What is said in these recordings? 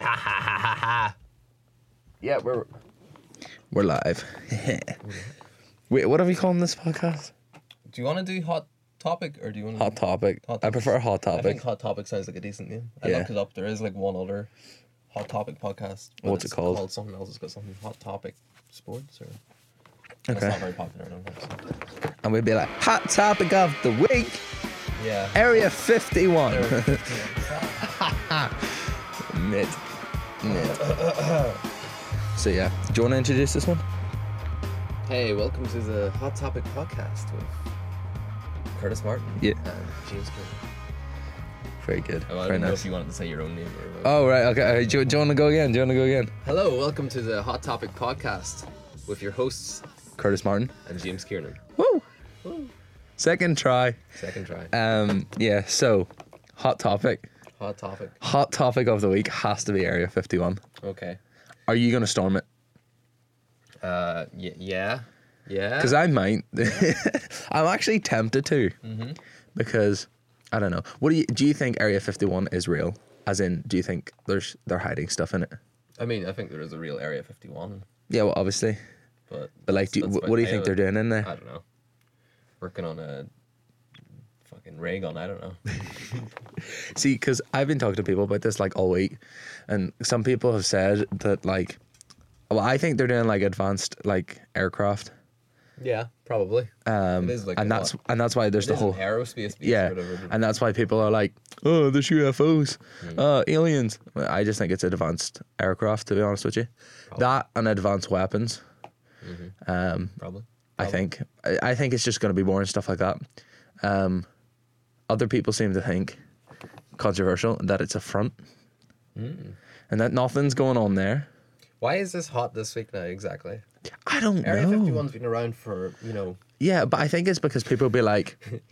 Ha ha ha ha ha. Yeah, we're We're live. Wait, what are we calling this podcast? Do you want to do hot topic or do you want Hot topic. Hmm. Hot I Topics. prefer hot I think topic. hot topic sounds like a decent name. I Yeah. looked it up. There is like one other hot topic podcast. but What's it it's called? Something else. It's got something hot topic sports or. It's not Okay. very popular. I don't think so. And we'd be like, hot topic of the week, Yeah. Area 51. There- Mid. yeah. Mid. So yeah, do you want to introduce this one? hey, welcome to the Hot Topic podcast with Curtis Martin. Yeah. um, James. Gordon. Very good. Oh, I Very didn't know if nice. you wanted to say your own name. Or Oh right, okay. all right, Do, you- do you want to go again? Do you want to go again? Hello, welcome to the Hot Topic podcast with your hosts Curtis Martin. and James Kiernan. Woo. Second try. Second try. Um. Yeah. So, hot topic. Hot topic. Hot topic of the week has to be Area 51. Okay. Are you gonna storm it? Uh. Y- yeah. Yeah. Because I might. I'm actually tempted to. Because I don't know. What do you do? You think Area 51 is real? As in, do you think there's they're hiding stuff in it? I mean, I think there is a real Area 51, Yeah, well, obviously. but But like, that's- do you, that's wh- about what do you the think name they're of it. doing in there? I don't know. Working on a fucking ray gun. I don't know. See, because I've been talking to people about this like all week, and some people have said that like, well, I think they're doing like advanced like aircraft, yeah, probably. Um, it is like and a that's lot- and that's why there's it the is an whole aerospace. Base yeah, Or whatever. and that's why people are like, oh, there's UFOs, uh, aliens. Well, I just think it's advanced aircraft, to be honest with you. That and advanced weapons, probably. I think. I, I think it's just going to be more and stuff like that. Um, other people seem to think controversial that it's a front, Hmm. and that nothing's going on there. Why is this hot this week now exactly? I don't Area know. 51's been around for you know Yeah, but I think it's because people be like,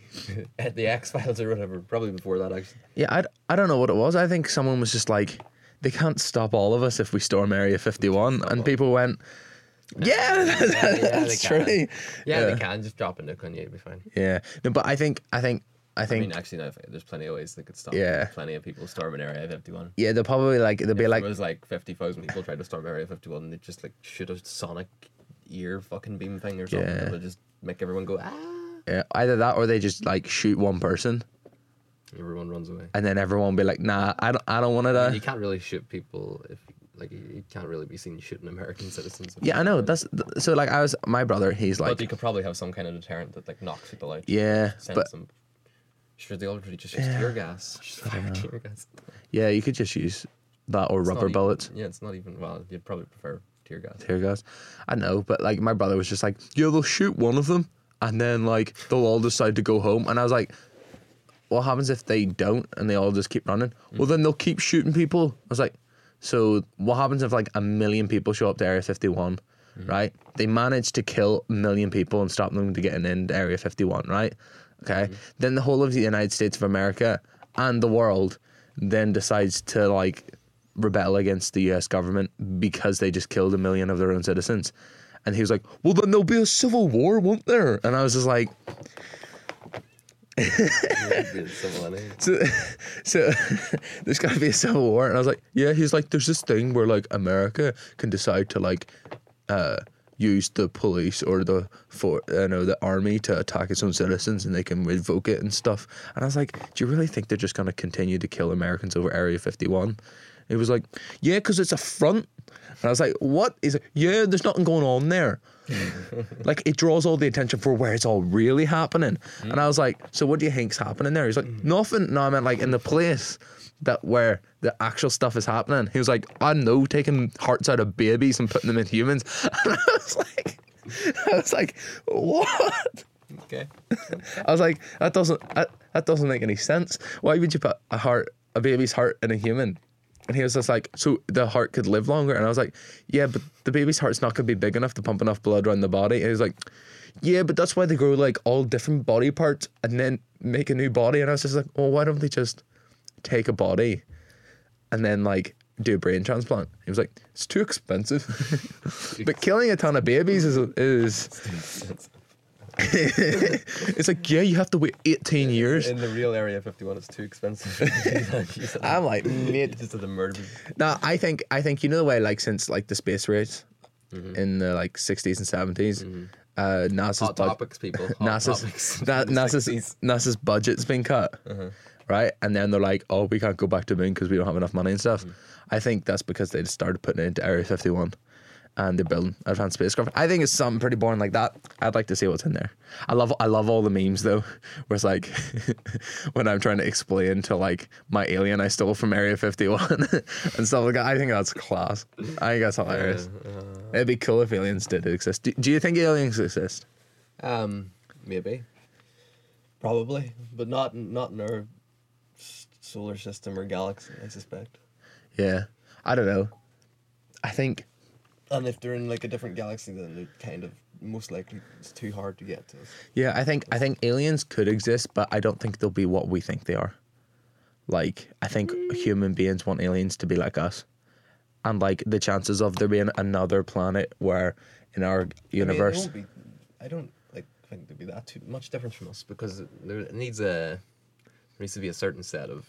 at the X Files or whatever. Probably before that actually. yeah, I, I don't know what it was. I think someone was just like, they can't stop all of us if we storm Area 51. And people went, yeah, that's they true. can. Yeah. Yeah, yeah. they can just drop a nuke on you. It'd be fine. No, but I think, I think, I I think, mean, actually, no. if- There's plenty of ways they could stop. Yeah. Plenty of people storming Area 51. yeah, they'll probably like, they'll be If like, there was like fifty thousand people trying to storm Area Fifty One, they just like shoot a sonic ear fucking beam thing or something, Yeah. and they'll just make everyone go ah. yeah, either that or they just like shoot one person Everyone runs away. and then everyone be like, nah, I don't, I don't want to die. You can't really shoot people if like you- you can't really be seen shooting American citizens. Yeah, I know. That's th- so like, I was, my brother, he's But like, you could probably have some kind of deterrent that like knocks people out. yeah, Sends but them. Sure, they already just use tear gas. Just fire tear gas. yeah, you could just use that or It's not rubber e- bullets. yeah, it's not even. Well, you'd probably prefer tear gas. tear gas. I know, but like my brother was just like, yeah, they'll shoot one of them and then like they'll all decide to go home. And I was like, what happens if they don't and they all just keep running? Well, then they'll keep shooting people. I was like, so what happens if like a million people show up to Area 51, right? They manage to kill a million people and stop them to getting into Area 51, right? Okay. Then the whole of the United States of America and the world then decides to like rebel against the US government because they just killed a million of their own citizens. And he was like, Well, then there'll be a civil war, won't there? And I was just like, So, so there's got to be a civil war. And I was like, Yeah, he's like, There's this thing where like America can decide to like uh, use the police or the for you know the army to attack its own citizens and they can revoke it and stuff. And I was like, do you really think they're just gonna continue to kill Americans over Area 51? He was like, yeah, because it's a front. And I was like, what? He's like, yeah, there's nothing going on there. like it draws all the attention for where it's all really happening. And I was like, so what do you think's happening there? He's like, nothing. No, I meant like in the place that where the actual stuff is happening. He was like, I know, taking hearts out of babies and putting them in humans. And I was like, I was like, what? Okay. I was like, that doesn't that, that doesn't make any sense. Why would you put a heart, a baby's heart, in a human? And he was just like, so the heart could live longer. And I was like, yeah, but the baby's heart's not gonna be big enough to pump enough blood around the body. And he was like, yeah, but that's why they grow like all different body parts and then make a new body. And I was just like, well, why don't they just take a body and then like do a brain transplant? He was like, it's too expensive. but killing a ton of babies is is it's like, yeah, you have to wait 18 years. In the real Area 51, it's too expensive. I'm like, mate. just did the murder. No, I think I think you know the way like since like the space race in the like 60s and 70s, uh, NASA's Hot bud- topics, people. Oh, Hot topics. NASA's, Na- NASA's, NASA's budget's been cut, right? And then they're like, oh, we can't go back to the moon because we don't have enough money and stuff. I think that's because they just started putting it into Area 51 and they're building advanced spacecraft. I think it's something pretty boring like that. I'd like to see what's in there. I love I love all the memes though, where it's like when I'm trying to explain to like my alien I stole from Area 51 and stuff like that. I think that's class. I think that's hilarious. It'd be cool if aliens did exist. Do, do you think aliens exist? Um, maybe, probably, but not not in our s- solar system or galaxy. I suspect. Yeah. I don't know. I think And if they're in like a different galaxy, then they're kind of most likely it's too hard to get to. Us. yeah, I think I think aliens could exist, but I don't think they'll be what we think they are. Like I think human beings want aliens to be like us. And like the chances of there being another planet where in our universe I, mean, it won't be, I don't like think there'd be that too much difference from us. because there needs a there needs to be a certain set of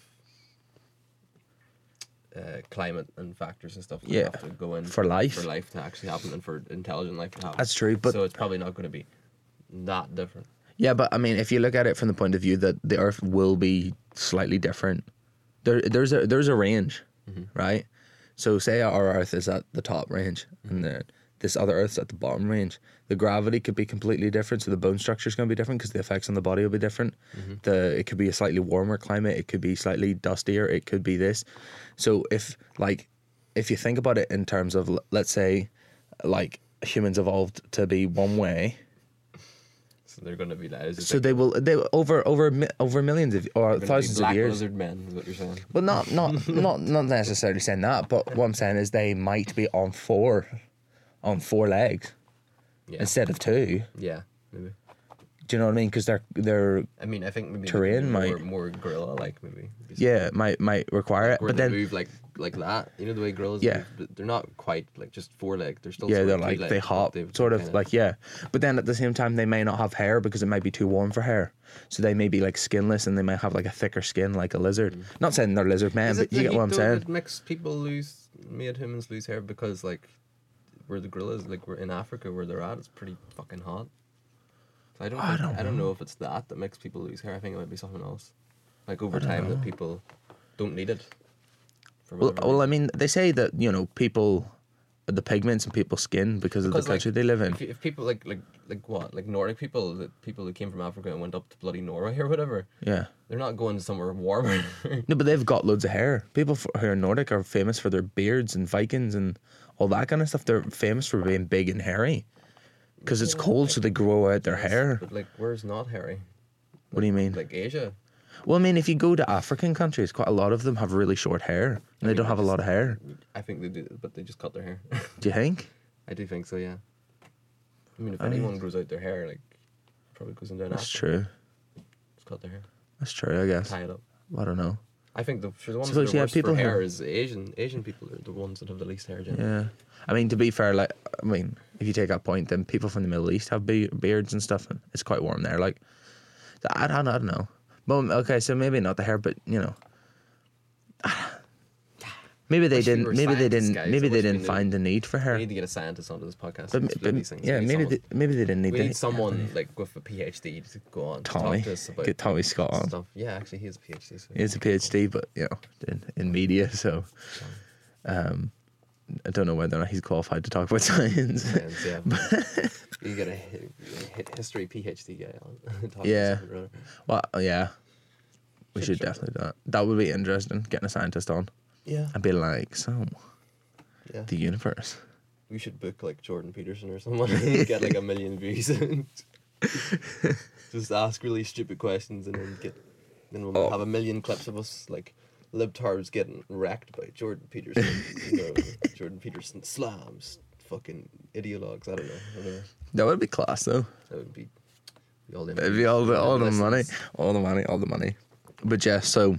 Uh, climate and factors and stuff. that Yeah. Have to go in For life. For life to actually happen and for intelligent life to happen. That's true, but- so it's probably not going to be that different. Yeah, but I mean if you look at it from the point of view that the earth will be slightly different. There there's a there's a range, right? So say our earth is at the top range and then this other earth's at the bottom range. The gravity could be completely different, so the bone structure is going to be different because the effects on the body will be different. The it could be a slightly warmer climate, it could be slightly dustier, it could be this. So if like if you think about it in terms of l- let's say like humans evolved to be one way, So they're going to be that. so they will they will- over over mi- over millions of or They're gonna be thousands of black years. lizard men is what you're saying. Well, not not not not necessarily saying that, but what I'm saying is they might be on four, on four legs yeah instead of two. yeah maybe. Do you know what I mean? Because they're they're I mean, I think maybe Terrain more, might- more gorilla like maybe. yeah might might require it, Where but they then move like like that, you know the way gorillas Yeah. move, but they're not quite like just four legged. They're still yeah sort they're of like two-legged, they but hop they've sort of kinda- like yeah, but then at the same time they may not have hair because it might be too warm for hair, so they may be like skinless and they might have like a thicker skin like a lizard. Not saying they're lizard men, Is but it you the get what heat, I'm though, saying. That makes people lose made humans lose hair because like where the gorillas like we're in Africa where they're at it's pretty fucking hot. So I don't think, I, don't, know if it's that that makes people lose hair. I think it might be something else. Like over time that people don't need it. For Well, whatever well, I reason. mean, they say that you know people, the pigments in people's skin because, of Because, the like, country they live in. If, if people like like like what like Nordic people, the people who came from Africa and went up to bloody Norway or whatever, yeah. they're not going somewhere warmer. No, but they've got loads of hair. People f- who are Nordic are famous for their beards and Vikings and all that kind of stuff. They're famous for being big and hairy because it's cold, so they grow out their hair. but like, where's not hairy? What do you mean? Like Asia. well, I mean, if you go to African countries, quite a lot of them have really short hair and they don't have a lot of hair. I think they do, but they just cut their hair. Do you think? I do think so, yeah. I mean, if mean- anyone grows out their hair, like probably goes into an That's Africa, true. just cut their hair, That's true, I guess. tie it up. I don't know. I think the, for the ones Suppose that you are have worse for people who- hair is Asian. Asian people are the ones that have the least hair. Generally. Yeah. I mean, to be fair, like, I mean, if you take that point, then people from the Middle East have be- beards and stuff, and it's quite warm there. Like, I, I, don't, I don't know. But, um, okay, so maybe not the hair, but, you know. Maybe they Wish we didn't. were Maybe they scientists, didn't. guys. Maybe I they wish we didn't knew. find the need for We hair. need to get a scientist onto this podcast. But, to but- explain these things. yeah, We need maybe someone- they, maybe they didn't need. we the- need someone like with a PhD to go on to Tommy, talk to us about get Tommy Scott on. stuff. Yeah, actually, he has a PhD. So He has a PhD, but you know, in, in media, so um, I don't know whether or not he's qualified to talk about science. And, yeah. you get a, hi- hi- history PhD guy on talking to Yeah. something or other. Well, uh, yeah. We should definitely do that. That would be interesting, getting a scientist on. yeah, I'd be like, so, yeah. the universe. We should book like Jordan Peterson or someone and get like a million views. Just ask really stupid questions and then get, then we'll Oh. have a million clips of us like libtards getting wrecked by Jordan Peterson. you know, Jordan Peterson slams fucking ideologues. I don't know. I don't know. That would be class, though. That would be, be all It'd be all the, all the Lessons. money. All the money, all the money. But yeah, so,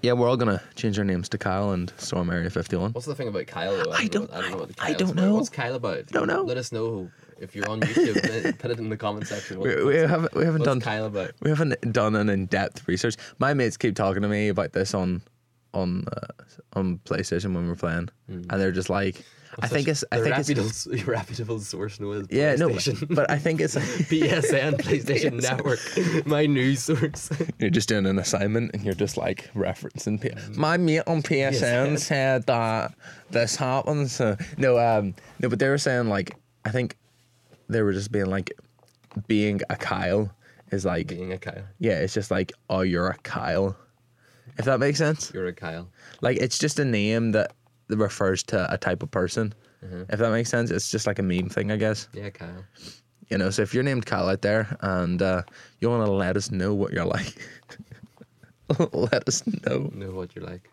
yeah, we're all going to change our names to Kyle and Storm Area 51. What's the thing about Kyle? Though? I don't- know- I don't know. What the I Kyle's don't about. know. What's Kyle about? don't know. Let us know. If you're on YouTube, then put it in the comment section. What We, the we fuck's- haven't we haven't what's done Kyle about? we haven't done an in depth research. My mates keep talking to me about this on on uh, on PlayStation when we're playing, and they're just like, I think it's I Hmm. The think it's reputable, it's reputable source now is yeah no, PlayStation. but I think it's PSN, PlayStation Network, my news source. you're just doing an assignment and you're just like referencing. P- My mate on PSN said that this happened. So no, um, no, but they were saying like I think they were just being like being a Kyle is like Being a Kyle, yeah, it's just like oh you're a Kyle, if that makes sense. you're a Kyle. Like it's just a name that that refers to a type of person. If that makes sense, it's just like a meme thing, I guess. Yeah, Kyle. You know, so if you're named Kyle out there and uh, you want to let us know what you're like, let us know. Know what you're like.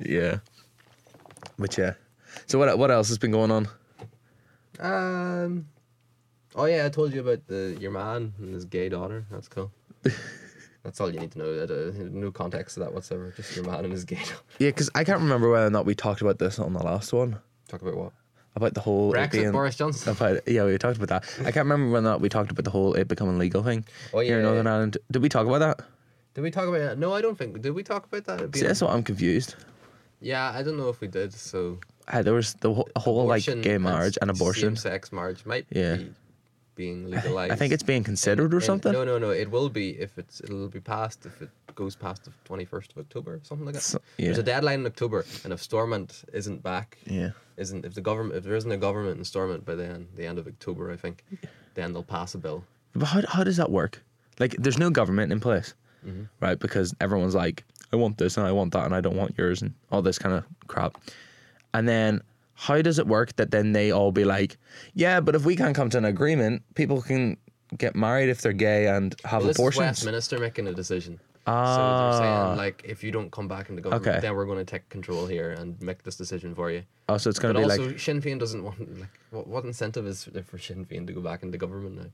Yeah. But yeah. So what what else has been going on? Um. Oh yeah, I told you about the your man and his gay daughter. That's cool. That's all you need to know. That, uh, no context to that whatsoever. Just your man and his gay daughter. Yeah, because I can't remember whether or not we talked about this on the last one Talk about what? about the whole it Brexit, being- Boris Johnson. About, yeah, we talked about that. I can't remember whether or not we talked about the whole it becoming legal thing Oh, here in yeah, Northern yeah. Ireland. Did we talk about that? Did we talk about that? No, I don't think. Did we talk about that? It'd be- See, that's what I'm confused. yeah, I don't know if we did. So Uh, there was the whole, whole like abortion gay marriage and abortion. Same-sex marriage might Yeah. be being legalized. I think it's being considered or in- something. No, no, no. It will be if it's it'll be passed if it goes past the twenty first of October, something like that. So- There's a yeah. deadline in October, and if Stormont isn't back, Yeah. isn't if the government if there isn't a government in Stormont by then the end of October, I think, then they'll pass a bill. But how, how does that work? Like, there's no government in place, Mm-hmm. right? Because everyone's like, I want this and I want that and I don't want yours and all this kind of crap. And then how does it work that then they all be like, yeah, but if we can't come to an agreement, people can get married if they're gay and have Well, this is abortions. Westminster making a decision. So they're Ah. saying like if you don't come back into government, Okay. then we're going to take control here and make this decision for you. Oh, so it's going But to be also, like, Sinn Féin doesn't want like what, what incentive is there for Sinn Féin to go back into government now?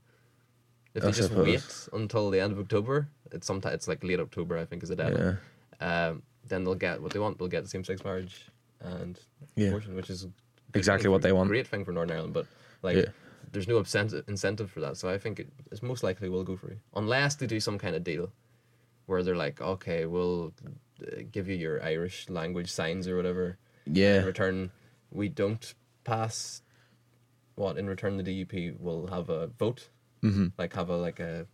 If they I just suppose. wait until the end of October, it's sometimes it's like late October, I think, is the deadline. Um, then they'll get what they want. They'll get same-sex marriage and Yeah. abortion, which is a good Exactly thing what for- they want. Great thing for Northern Ireland, but like. Yeah. There's no incentive incentive for that, so I think it, it's most likely will go through unless they do some kind of deal where they're like, okay, we'll uh, give you your Irish language signs or whatever, in yeah, return we don't pass what in return the DUP will have a vote Mm-hmm. like have a like a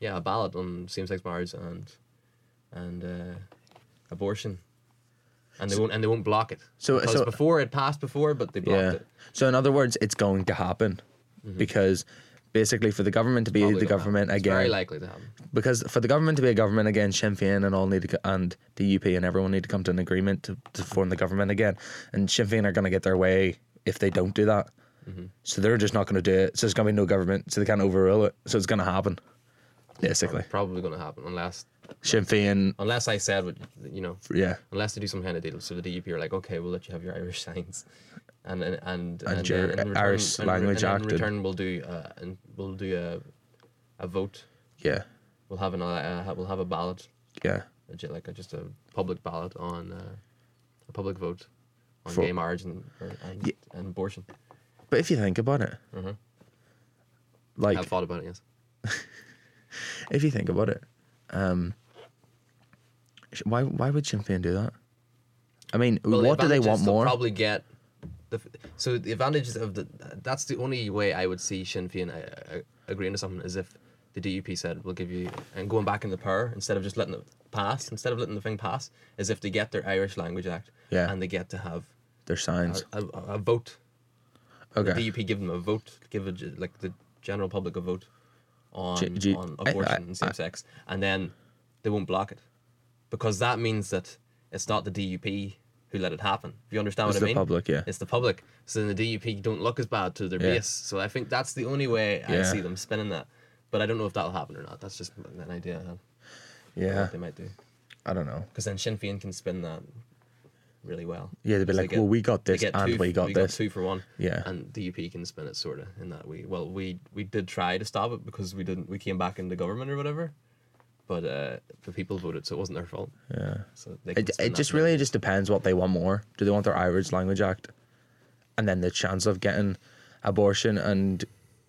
yeah a ballot on same-sex marriage and and uh, abortion and they won't and they won't block it So- because so- before it passed before but they blocked yeah. it So, in other words, it's going to happen because basically, for the government to be Probably the gonna government happen. It's again, very likely to happen because for the government to be a government again, Sinn Féin and all need to co- and the UP and everyone need to come to an agreement to, to form the government again. And Sinn Féin are going to get their way if they don't do that. Mm-hmm. So they're just not going to do it. So there's going to be no government. So they can't overrule it. So it's going to happen, basically. probably going to happen unless Sinn Féin, unless I said what you know yeah, unless they do some kind of deal. So the DUP are like, okay, we'll let you have your Irish signs, and and and, then your in Irish and re- language and act and- In return, we'll do uh, and we'll do a a vote. yeah, We'll have an uh, ha- we'll have a ballot, yeah. a ju- like a, just a public ballot on uh, a public vote on For- gay marriage and or- and, and abortion. But if you think about it, Mm-hmm. like I've thought about it. Yes, if you think about it, um, sh- why why would Sinn Féin do that? I mean, Well, the what do they advantage is want they'll more? Probably get. The, f- so the advantages of the that's the only way I would see Sinn Féin uh, uh, agreeing to something is if the DUP said we'll give you and going back in the power instead of just letting it pass instead of letting the thing pass is if they get their Irish Language Act Yeah. and they get to have Their signs. a, a, a vote. Okay. uh, The DUP give them a vote, give a, ge- like the general public a vote on G- G- on I- I- abortion and I- same sex, and then they won't block it because that means that it's not the DUP who let it happen. If you understand It's what I the mean? public, yeah. It's the public. So then the DUP don't look as bad to their Yeah. base. So I think that's the only way I Yeah. see them spinning that. But I don't know if that'll happen or not. That's just an idea I had. yeah, What they might do I don't know. because then Sinn Féin can spin that really well. Yeah, they'd be 'Cause like, "Well, we got they this get and two, we got this." two for one. Yeah. and the UP can spin it sort of in that way. Well, we we did try to stop it because we didn't. We came back into government or whatever, but uh, the people voted, so it wasn't their fault. Yeah, so they can It, spin it that just now. really just depends what they want more. Do they want their Irish Language Act, and then the chance of getting abortion and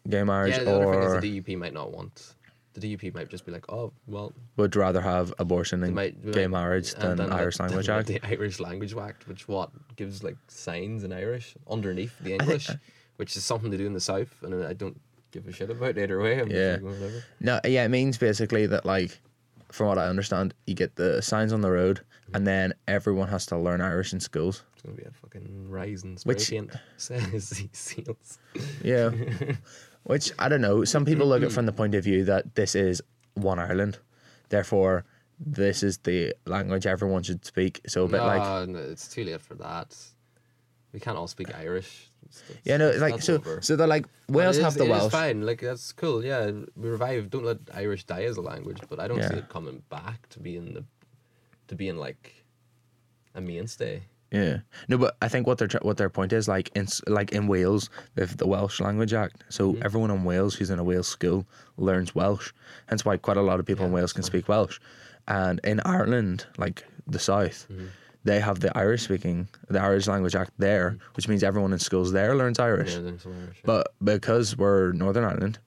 gay marriage, Yeah, the other or thing is the DUP might not want. The DUP might just be like, oh, well, would rather have abortion they and might they gay might- marriage and than then Irish the- Language then Act. The Irish Language Act, which what gives like signs in Irish underneath the English, which is something to do in the South, and I don't give a shit about either way. I'm just Yeah. like, whatever. No, yeah, it means basically that like, from what I understand, you get the signs on the road, and then everyone has to learn Irish in schools. It's gonna be a fucking rising spray Which- paint says he seals. Yeah, which I don't know. Some people Mm-hmm. look at it from the point of view that this is one Ireland, therefore this is the language everyone should speak. So a bit no, like no, it's too late for that. We can't all speak Irish. It's- it's- yeah, no, it's- like that's so. over. So they're like But Wales it have is- the it is Welsh. fine, like that's cool. Yeah, we revive. Don't let Irish die as a language, but I don't see Yeah. it coming back to being the, to being like, a mainstay. Yeah, no, but I think what their tr- what their point is like in s- like in Wales they have the Welsh Language Act, so everyone in Wales who's in a Wales school learns Welsh. Hence why quite a lot of people in Yeah, Wales can speak Welsh, and in Ireland, like the South, Mm-hmm. they have the Irish speaking the Irish Language Act there, which means everyone in schools there learns Irish. Mm-hmm. Yeah, there's some Irish. yeah. But because we're Northern Ireland,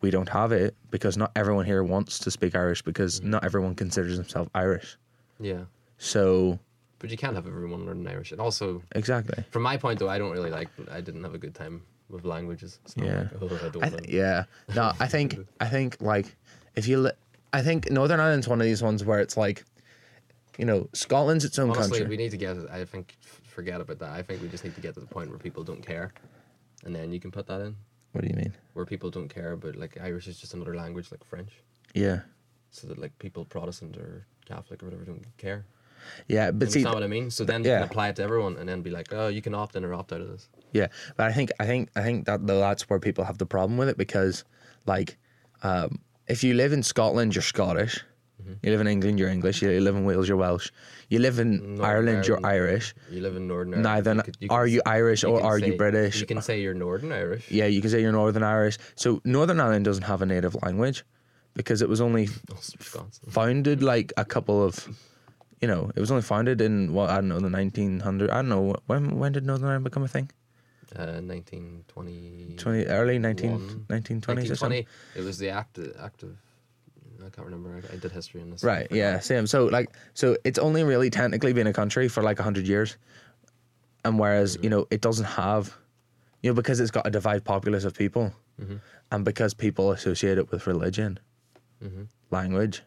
we don't have it because not everyone here wants to speak Irish because Mm-hmm. not everyone considers themselves Irish. yeah, So but you can't have everyone learn Irish. And also, exactly. from my point though, I don't really like. I didn't have a good time with languages. So I'm Yeah. like, oh, I don't I know. th- yeah. No, I think I think like if you, li- I think Northern Ireland's one of these ones where it's like, you know, Scotland's its own Honestly, country. we need to get. I think f- forget about that. I think we just need to get to the point where people don't care, and then you can put that in What do you mean? where people don't care. But like Irish is just another language, like French. Yeah, so that like people Protestant or Catholic or whatever don't care. yeah, but see, Understand what I mean? So then you yeah. can apply it to everyone and then be like, oh, you can opt in or opt out of this. yeah, but I think I think I think that though that's where people have the problem with it because, like, um, if you live in Scotland, you're Scottish. Mm-hmm. You live in England, you're English. You live in Wales, you're Welsh. You live in Northern Ireland, you're Ireland. Irish. You live in Northern Ireland. Neither could- are can you s- Irish or can are you say- British? You can say you're Northern Irish. yeah, you can say you're Northern Irish. So Northern Ireland doesn't have a native language because it was only Also Wisconsin. founded like a couple of, you know, it was only founded in well, I don't know, the 1900. I don't know when when did Northern Ireland become a thing? Uh, 1920. 20 early 19 One. 1920s or something. 1920. It was the act, act of. I can't remember. I, I did history in this. Right. Yeah. Same. So like, so it's only really technically been a country for like hundred years, and whereas you know it doesn't have, you know, because it's got a divided populace of people, Mm-hmm. and because people associate it with religion, Mm-hmm. language,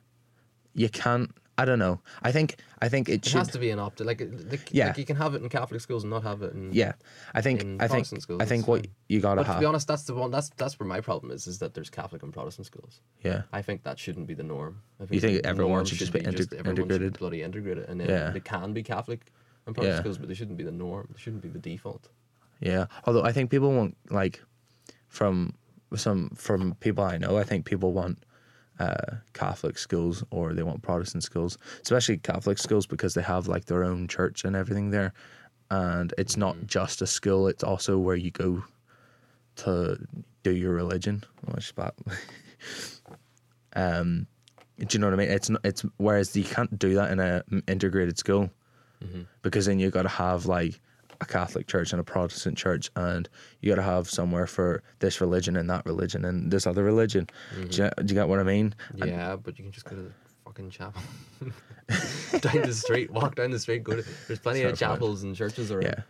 you can't. I don't know. I think I think it, It should. has to be an opt. Like, it- like, Yeah. like you can have it in Catholic schools and not have it in. yeah. I think in I think Protestant schools, I think it's what fine. you gotta But to have. be honest, that's the one. That's that's where my problem is. Is that there's Catholic and Protestant schools. yeah. I think that shouldn't be the norm. I You think the everyone norm should just be integ- everyone should integrated? bloody integrated, and then Yeah. they can be Catholic and Protestant Yeah. schools, but they shouldn't be the norm. They shouldn't be the default. Yeah. Although I think people want like from some from people I know, I think people want uh, Catholic schools or they want Protestant schools, especially Catholic schools because they have like their own church and everything there. And it's not just a school, it's also where you go to do your religion. Which that um do you know what I mean? It's not it's whereas you can't do that in a integrated school because then you got to have like a Catholic church and a Protestant church, and you got to have somewhere for this religion and that religion and this other religion. Do, you, do you get what I mean? And- Yeah, but you can just go to the fucking chapel. down the street, walk down the street, go to. There's plenty of Fair point. chapels and churches around. yeah.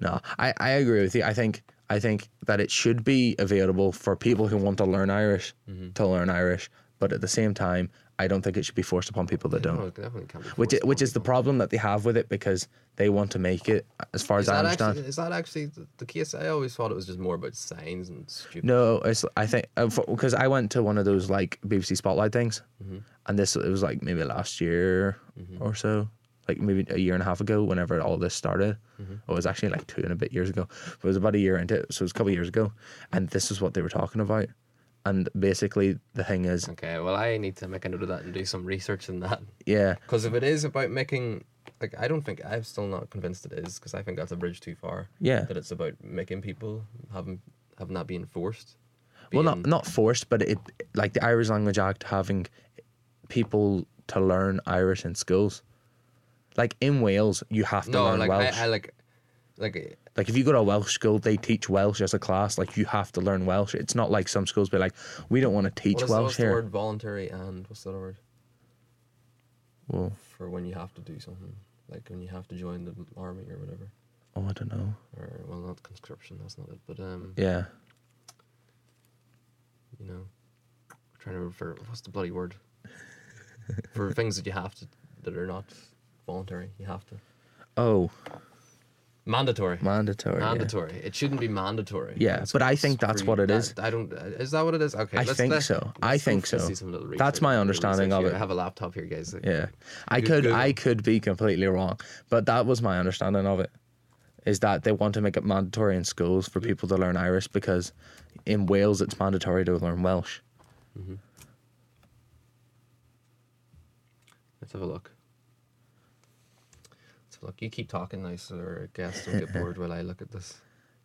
No, I, I agree with you. I think I think that it should be available for people who want to learn Irish Mm-hmm. to learn Irish, but at the same time, I don't think it should be forced upon people that No, don't. Oh, it definitely can't be Which forced i- which upon is the people. problem that they have with it because they want to make it, as far as Is I that, understand. actually, is that actually the- the case? I always thought it was just more about signs and stupid. No, it's I think because I went to one of those like BBC Spotlight things, Mm-hmm. and this it was like maybe last year or so, like maybe a year and a half ago. Whenever all this started, Mm-hmm. it was actually like two and a bit years ago. But it was about a year into it, so it was a couple of years ago, and this is what they were talking about. And basically, the thing is, Okay, well, I need to make a note of that and do some research in that. yeah, Because if it is about making, like, I don't think I'm still not convinced it is. Because I think that's a bridge too far. Yeah. That it's about making people having having that being forced. well, not being- not forced, but it like the Irish Language Act having people to learn Irish in schools. Like in Wales, you have to no, learn like Welsh. I, I like. Like, Like if you go to a Welsh school, they teach Welsh as a class. Like you have to learn Welsh. It's not like some schools be like, we don't want to teach what is the- Welsh what's the here. word voluntary and what's the other word? Whoa. For when you have to do something. Like when you have to join the army or whatever. Oh, I don't know. Or, well, not conscription, that's not it. But, um, Yeah. you know, I'm trying to refer, what's the bloody word? For things that you have to, that are not voluntary, you have to. Oh, Mandatory. mandatory. yeah. mandatory. It shouldn't be mandatory. Yeah, It's- but I it's think that's free- what it that- is. I don't. uh, Is that what it is? Okay. I think let's- so. I let's go think f- so. see some little That's my research- understanding research of here. it. I have a laptop here, guys. Yeah. I Good could Google. I could be completely wrong, but that was my understanding of it. Is that they want to make it mandatory in schools for people to learn Irish because in Wales it's mandatory to learn Welsh. Let's have a look. Let's have a look. You keep talking, nice, or guests will get bored while I look at this.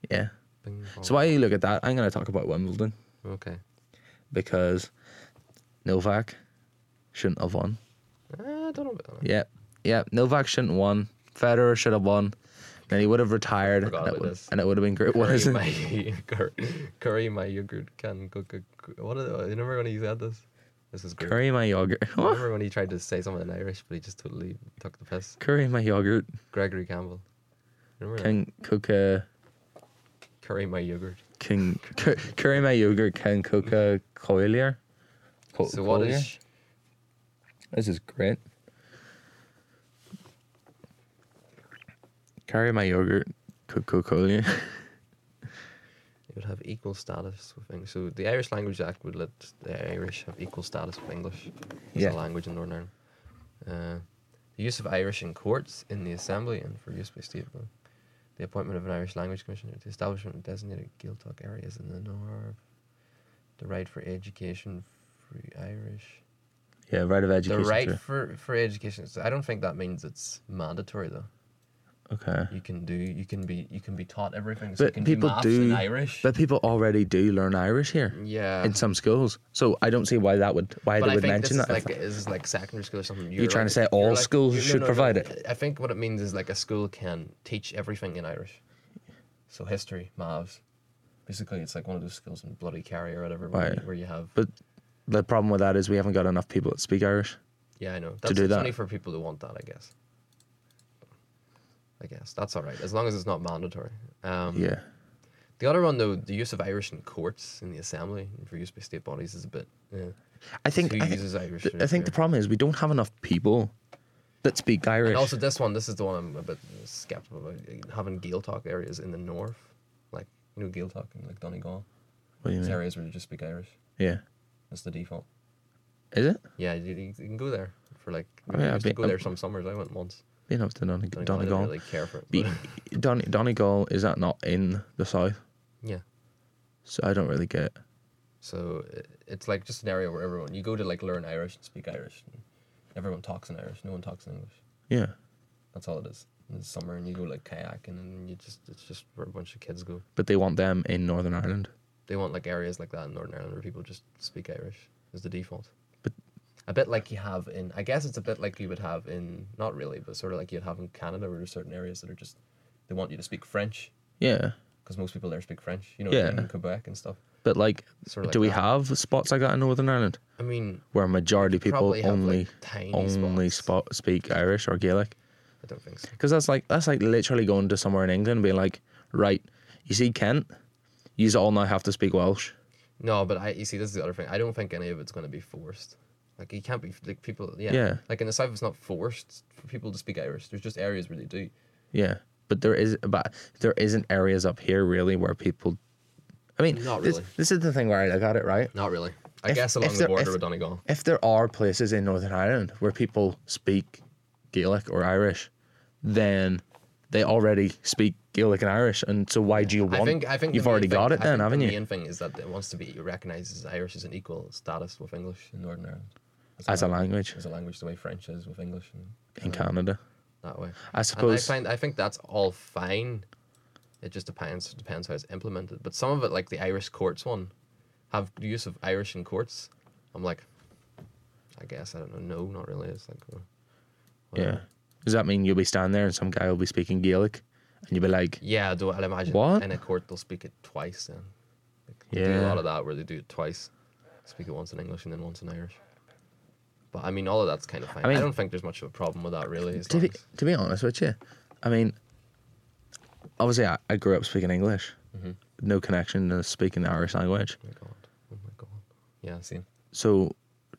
Yeah. Bing, bong. So while you look at that, I'm going to talk about Wimbledon Okay. because Novak shouldn't have won. Uh, I don't know. About that. Yep. Yep. Novak shouldn't have won. Federer should have won. Then he would have retired, and Forgot it about would, this. and it would have been great. What Curry is it? my cur- curry my yogurt can cook a. What? Are, the- you remember when he said this? This is great. Curry my yogurt. I remember when he tried to say something in Irish, but he just totally took the piss. Curry my yogurt Gregory Campbell. Remember that? can cook a Curry my yogurt. can cur- curry my yogurt can cook a coilier. Co- So what coilier? is This is great. Curry my yogurt cook cook coilier. it would have equal status with English. So the Irish Language Act would let the Irish have equal status with English as Yeah. a language in Northern Ireland. Uh, the use of Irish in courts, in the Assembly, and for use by state. law. The appointment of an Irish language commissioner, the establishment of designated Gaeltacht areas in the north, the right for education, free Irish. Yeah, right of The education. right too. for, for education. So I don't think that means it's mandatory though. Okay. You can do. You can be. You can be taught everything. So you But can people do, maths do in Irish. But people already do learn Irish here. yeah. in some schools. So I don't see why that would why but they I would think mention this that. is like this is like secondary school or something. You're, trying to say you're all schools you- should provide it? I think what it means is like a school can teach everything in Irish. So history, maths. Basically, it's like one of those schools in bloody Kerry or whatever, where, Right. you, where you have. but the problem with that is we haven't got enough people that speak Irish. yeah, I know. That's do it's that. only for people who want that, I guess. I guess that's all right as long as it's not mandatory. Um, Yeah. The other one though, the use of Irish in courts in the assembly and for use by state bodies is a bit. Yeah. I think Who I, thi- uses Irish? th- I is think the there. problem is we don't have enough people that speak Irish. And also this one, this is the one I'm a bit skeptical about having Gaeltacht areas in the north, like you know Gaeltacht and like Donegal. what do you It's mean? areas where you just speak Irish. Yeah. That's the default. Is it? Yeah, you, you can go there for like. Oh, yeah, I used to I've go been- there some summers. I went once. Being up to Don- Donegal. I Donegal. didn't really care for it. Be- but- Don- Donegal is that not in the south? yeah. So I don't really get. it. So i- it's like just an area where everyone you go to like learn Irish and speak Irish. And everyone talks in Irish. No one talks in English. Yeah. That's all it is. In the summer, and you go like kayaking, and you just it's just where a bunch of kids go. But they want them in Northern Ireland. they want like areas like that in Northern Ireland where people just speak Irish as the default. But- a bit like you have in, I guess it's a bit like you would have in, not really, but sort of like you'd have in Canada where there's certain areas that are just, they want you to speak French Yeah. because most people there speak French, you know, yeah. Yeah. in Quebec and stuff. But like, Sort of do like we that. have spots like that in Northern Ireland I mean, where majority people probably have, like, only tiny only spots. spot, speak Irish or Gaelic? I don't think so. Because that's like that's like literally going to somewhere in England and being like, right, you see Kent, you all now have to speak Welsh. No, but I, you see, this is the other thing. I don't think any of it's going to be forced. Like, you can't be, like, people, yeah. Yeah. Like, in the South, it's not forced for people to speak Irish. There's just areas where they do. Yeah, but there is but there isn't areas up here really where people. I mean, Not this, really. this is the thing where I look at it right. Not really. I If- guess along if the there- border if- with Donegal. If there are places in Northern Ireland where people speak Gaelic or Irish, then they already speak Gaelic and Irish, and so why do you want? I think I think the you've main already thing- got it I then, think haven't the you? main thing is that it wants to be recognised as Irish as an equal status with English in Northern Ireland. As a language as a language, the way French is with English and in Canada, that way. I And I suppose. find I think that's all fine. It just depends depends how it's implemented. But some of it, like the Irish courts one, have the use of Irish in courts. I'm like, I guess I don't know. No, not really. It's like, well, Yeah. whatever. Does that mean you'll be standing there and some guy will be speaking Gaelic and you'd be like, Yeah, though I'll imagine What? in a court they'll speak it twice then. Like, they Do a Yeah. lot of that where they do it twice. Speak it once in English and then once in Irish. But I mean all of that's kind of fine. I, mean- don't think there's much of a problem with that really. as to long be, as- Oh to be honest with you, I mean, obviously I, I grew up speaking English, no connection to speaking the Irish language. Oh my god. Oh my god. Yeah, same. So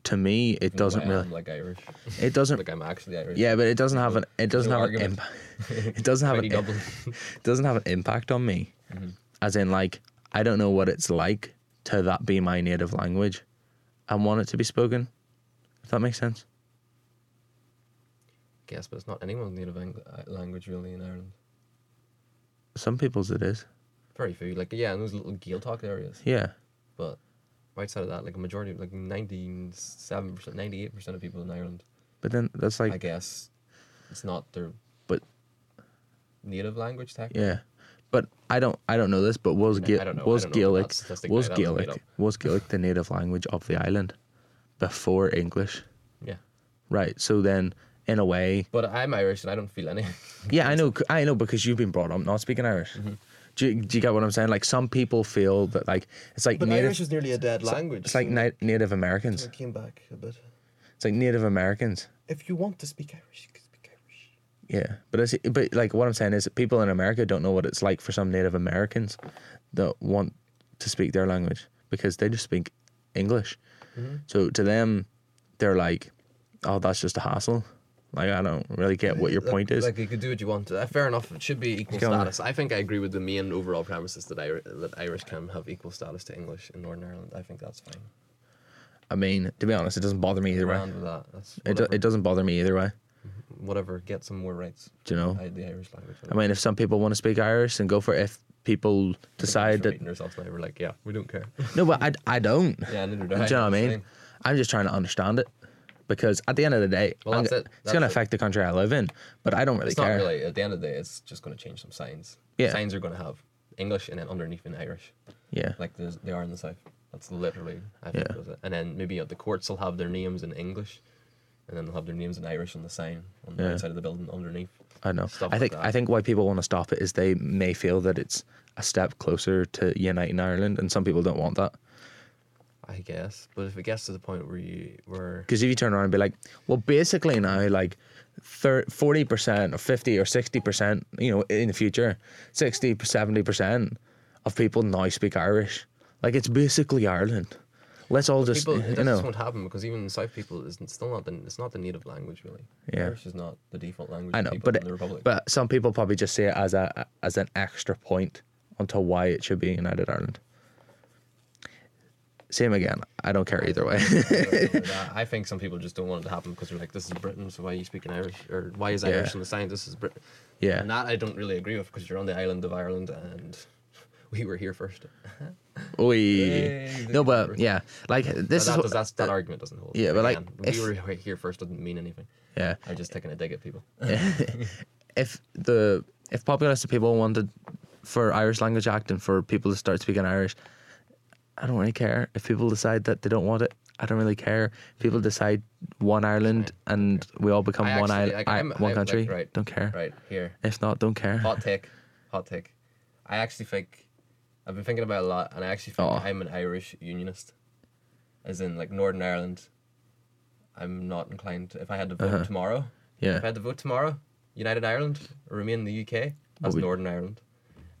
to me, it doesn't Why really, I'm like Irish. it doesn't, like I'm actually Irish. yeah, but it doesn't have an, it doesn't No have an argument. impact. It doesn't have an, Mighty im- Dublin. it doesn't have an impact on me, Mm-hmm. as in like I don't know what it's like to that be my native language, and want it to be spoken. If that makes sense. guess, but it's not anyone's native ang- uh, language really in Ireland. Some people's it is. Very few, like yeah, in those little Gaeltacht areas. Yeah. But outside of that, like a majority, like ninety-seven percent, ninety-eight percent of people in Ireland, But then that's like I guess, it's not their but native language. Tech. yeah. But I don't I don't know this, but was No, Ga- I don't know- I was don't know about Gaelic that statistic, was mate, that was made Gaelic was Gaelic the native language of the island before English. Yeah. Right. So then in a way But I'm Irish and I don't feel any. Yeah, I know c- I know because you've been brought up not speaking Irish. Mm-hmm. Do, you, do you get what I'm saying? Like some people feel that like it's like But native Irish is nearly a dead language. it's like so na- Native Americans. I came back a bit. It's like Native Americans. If you want to speak Irish, you can speak Irish. Yeah, but I see, but like what I'm saying is that people in America don't know what it's like for some Native Americans that want to speak their language because they just speak English. Mm-hmm. So to them, they're like, "Oh, that's just a hassle." Like I don't really get what your Like- point is. Like you could do what you want to. Uh, Fair enough. It should be equal Go on. status. I think I agree with the main overall premises that Ir- that Irish can have equal status to English in Northern Ireland. I think that's fine. I mean, to be honest, it doesn't bother me either way. Round with that. That's It, do, whatever, it doesn't bother me either way. whatever. Get some more rights. Do you know? I, the Irish language. I mean, if some people want to speak Irish, then go for it. If people decide that Beating ourselves now. We're like, yeah, we don't care. no, but I I don't. Yeah, neither do Do I. you know what I mean? Same. I'm just trying to understand it because at the end of the day, Well, I'm that's go- it. it's going to That's it. affect the country I live in, but I don't really It's not care. really. At the end of the day, it's just going to change some signs. Yeah. Signs are going to have English and then underneath in Irish, Yeah. like there's- they are in the south. That's literally. I think Yeah. that's it. And then maybe at the courts will have their names in English, and then they'll have their names in Irish on the sign on the Yeah. outside of the building underneath. I know. stuff I like think that. I think why people want to stop it is they may feel that it's a step closer to uniting Ireland, and some people don't want that. I guess. But if it gets to the point where you where Because if you turn around and be like, well, basically now, like, forty percent or fifty or sixty percent, you know, in the future, 60 70 percent of people now speak Irish. Like, it's basically Ireland. Let's all just, people, it you just know, won't happen because even South people is still not the it's not the native language really. Yeah. Irish is not the default language. I of know, people but in the Republic. it, but some people probably just see it as a as an extra point onto why it should be United Ireland. Same again. I don't care either way. Uh, I think some people just don't want it to happen because they're like, this is Britain, so why are you speaking Irish? Or why is Irish Yeah. in the sign? This is Britain. Yeah. And that I don't really agree with because you're on the island of Ireland and we were here first. Oi. No, but yeah, like This this that, is does, what, that's, that argument doesn't hold. Yeah, but, like, Again, if- we were here first doesn't mean anything. yeah. I'm just taking a dig at people. If the if populist people wanted for Irish Language Act and for people to start speaking Irish, I don't really care. If people decide that they don't want it, I don't really care. If people decide one Ireland and we all become I one actually- island, like, I'm- one I'm, like, country. right, don't care. Right, here. If not, don't care. Hot take. Hot take. I actually think, I've been thinking about it a lot and I actually think Aw. I'm an Irish unionist. As in, like, Northern Ireland. I'm not inclined to, if I had to vote tomorrow, Uh-huh. Yeah. If I had to vote tomorrow, United Ireland or remain in the UK, that's would- Northern Ireland.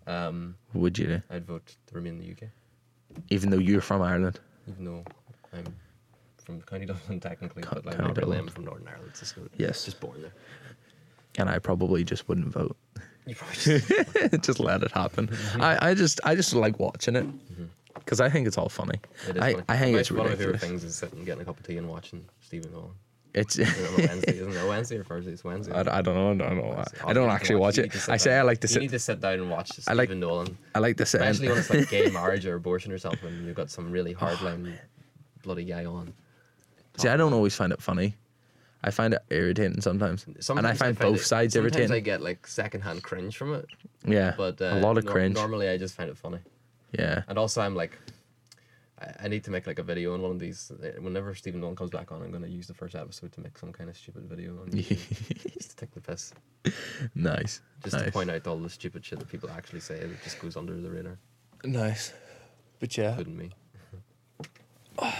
Um, Would you? I'd vote to remain in the UK, Even though you're from Ireland. even though I'm from County Dublin technically, but like County not really, Dublin. I'm from Northern Ireland. Just, Yes. just born there. And I probably just wouldn't vote. You probably just, just let it happen. Mm-hmm. I, I just I just like watching it. Because I think it's all funny. it is I, funny. I think My- it's one of my favorite ridiculous. things is sitting, getting a cup of tea, and watching Stephen Hall. It's Is it on a Wednesday, isn't it? Wednesday or Thursday? It's Wednesday. I, I don't know. I don't know. I- I, Oh, you don't need to actually watch you need it. to sit I say down. I like to You need sit. to sit down and watch Stephen I like- Nolan. I like to sit. and- Especially when it's like gay marriage or abortion or something, and you've got some really hardline bloody guy on. See, Oh, I don't always find it funny. I find it irritating sometimes, and I Sometimes find both it- sides sometimes irritating. I get like secondhand cringe from it, yeah, but uh, a lot of nor- cringe. Normally, I just find it funny, yeah, and also I'm like, I- I- I need to make like a video on one of these. uh, Whenever Stephen Nolan comes back on, I'm gonna use the first episode to make some kind of stupid video on YouTube, just to take the piss, nice. just to nice. point out all the stupid shit that people actually say that just goes under the radar, Nice. But yeah. including me. oh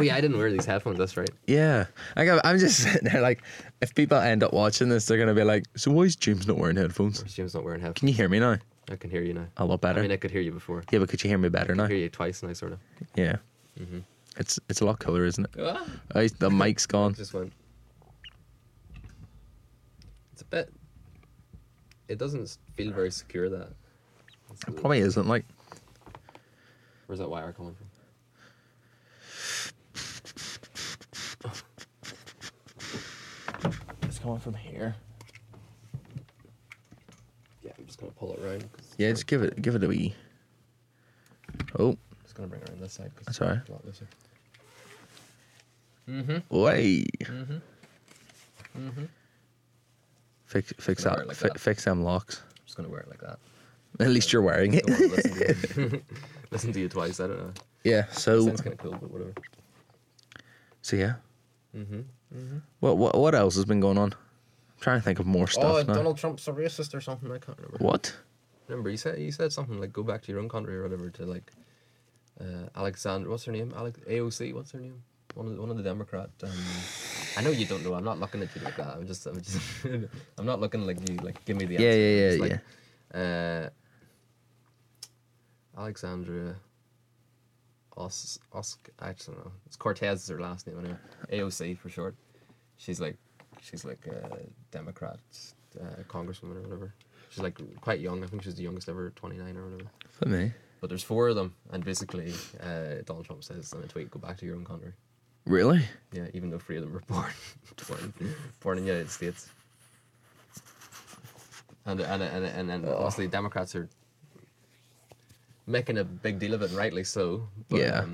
yeah, I didn't wear these headphones. That's right. Yeah. Like, I'm- I'm just sitting there like, if people end up watching this, they're going to be like, so why is James not wearing headphones? James not wearing Can Oh, headphones. you hear me now? I can hear you now. A lot better. I mean, I could hear you before. yeah, but could you hear me better now? I hear you Mm-hmm. twice now, sort of. Yeah. It's it's a lot cooler, isn't it? Oh, the mic's gone. Just went. It's a bit. It doesn't feel very secure. That. It's a- Probably isn't. Like, Where's that wire coming from? it's coming from here. Yeah, I'm just gonna pull it around. 'cause it's Yeah, very- just give it give it a wee. Oh, just gonna bring it around this side. 'cause That's it's alright. a lot looser. Mm-hmm, way. Fix fix Gonna that, wear it like fi- that. fix them locks. I'm just gonna wear it like that. At least you're wearing it. Don't wanna listen, to you. listen to you twice. I don't know. Yeah. So Sounds kind of cool, but whatever. so yeah. Mm-hmm, What what what else has been going on? I'm trying to think of more Oh, stuff now. Donald Trump's a racist or something. I can't remember. What? Remember, he said he said something like, "Go back to your own country or whatever." To like, uh, Alexander, what's her name? Alex AOC, what's her name? One of the, one of the Democrat. Um, I know you don't know. I'm not looking at you like that. I'm just, I'm just, I'm not looking like you. Like, give me the Yeah, answer. yeah, I'm yeah, just like, Uh, Alexandra. Os, Os, I just don't know. It's Cortez is her last name. Anyway. AOC for short. She's like, she's like a Democrat uh, congresswoman or whatever. She's like quite young. I think she's the youngest ever, 29 or whatever. For me. But there's four of them, and basically, uh, Donald Trump says in a tweet, "Go back to your own country." Really? Yeah, even though three of them were born born, born in the United States. And and and and, and obviously, Democrats are making a big deal of it, and rightly so. But, um, Yeah.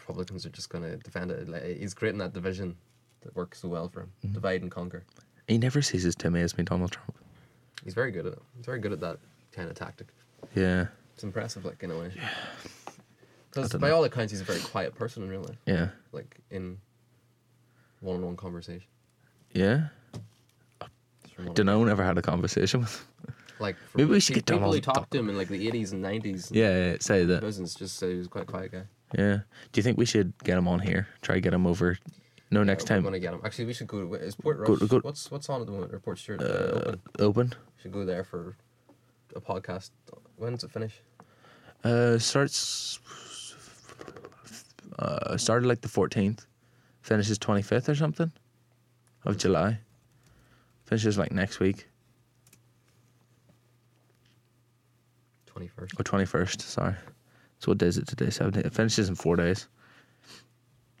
Republicans are just going to defend it. Like, he's creating that division that works so well for him, divide and conquer. He never ceases to amaze me, Donald Trump. He's very good at it. He's very good at that kind of tactic. Yeah. It's impressive, like in a way. Because don't by know. all accounts, he's a very quiet person in real life. Yeah. Like in one-on-one conversation. Yeah. It's from one- Dunno never had a conversation with Like from Maybe we should pe- get people who Donald talked to him in like the eighties and nineties. Yeah, yeah, say that. Cousins just say he was quite a quiet guy. Yeah. Do you think we should get him on here? Try to get him over. No, next I'm time. gonna get him. Actually, we should go. to Is Port Go- Rush? go- what's what's on at the moment? Or Port Stewart? Uh, open. open. We should go there for a podcast. When does it finish? Uh, starts. Uh, started like the fourteenth, finishes twenty fifth or something, of July. Finishes like next week Twenty first. or twenty first. Sorry. So what day is it today? Seventeen. It finishes in four days.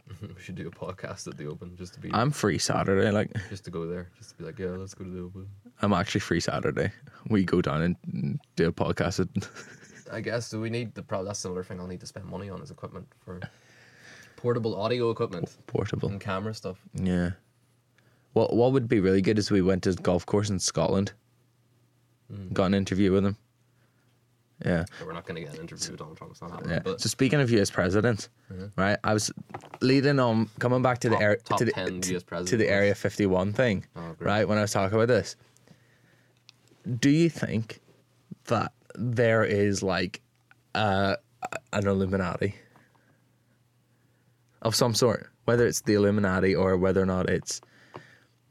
We should do a podcast at the open just to be I'm free Saturday. Like just to go there, just to be like, yeah, let's go to the open. I'm actually free Saturday. We go down and do a podcast. At, I guess do we need the pro that's another thing I'll need to spend money on is equipment for portable audio equipment portable. and camera stuff. Yeah. What What would be really good is we went to the golf course in Scotland, got an interview with him. Yeah. But we're not gonna get an interview with Donald Trump, it's not happening. Yeah. But So speaking of U.S. presidents, right? I was leading on coming back to the Top- area top to the 10 to, US to the presidents. Area 51 thing, Oh, great. right? When I was talking about this, do you think that there is like uh, an Illuminati of some sort, whether it's the Illuminati or whether or not it's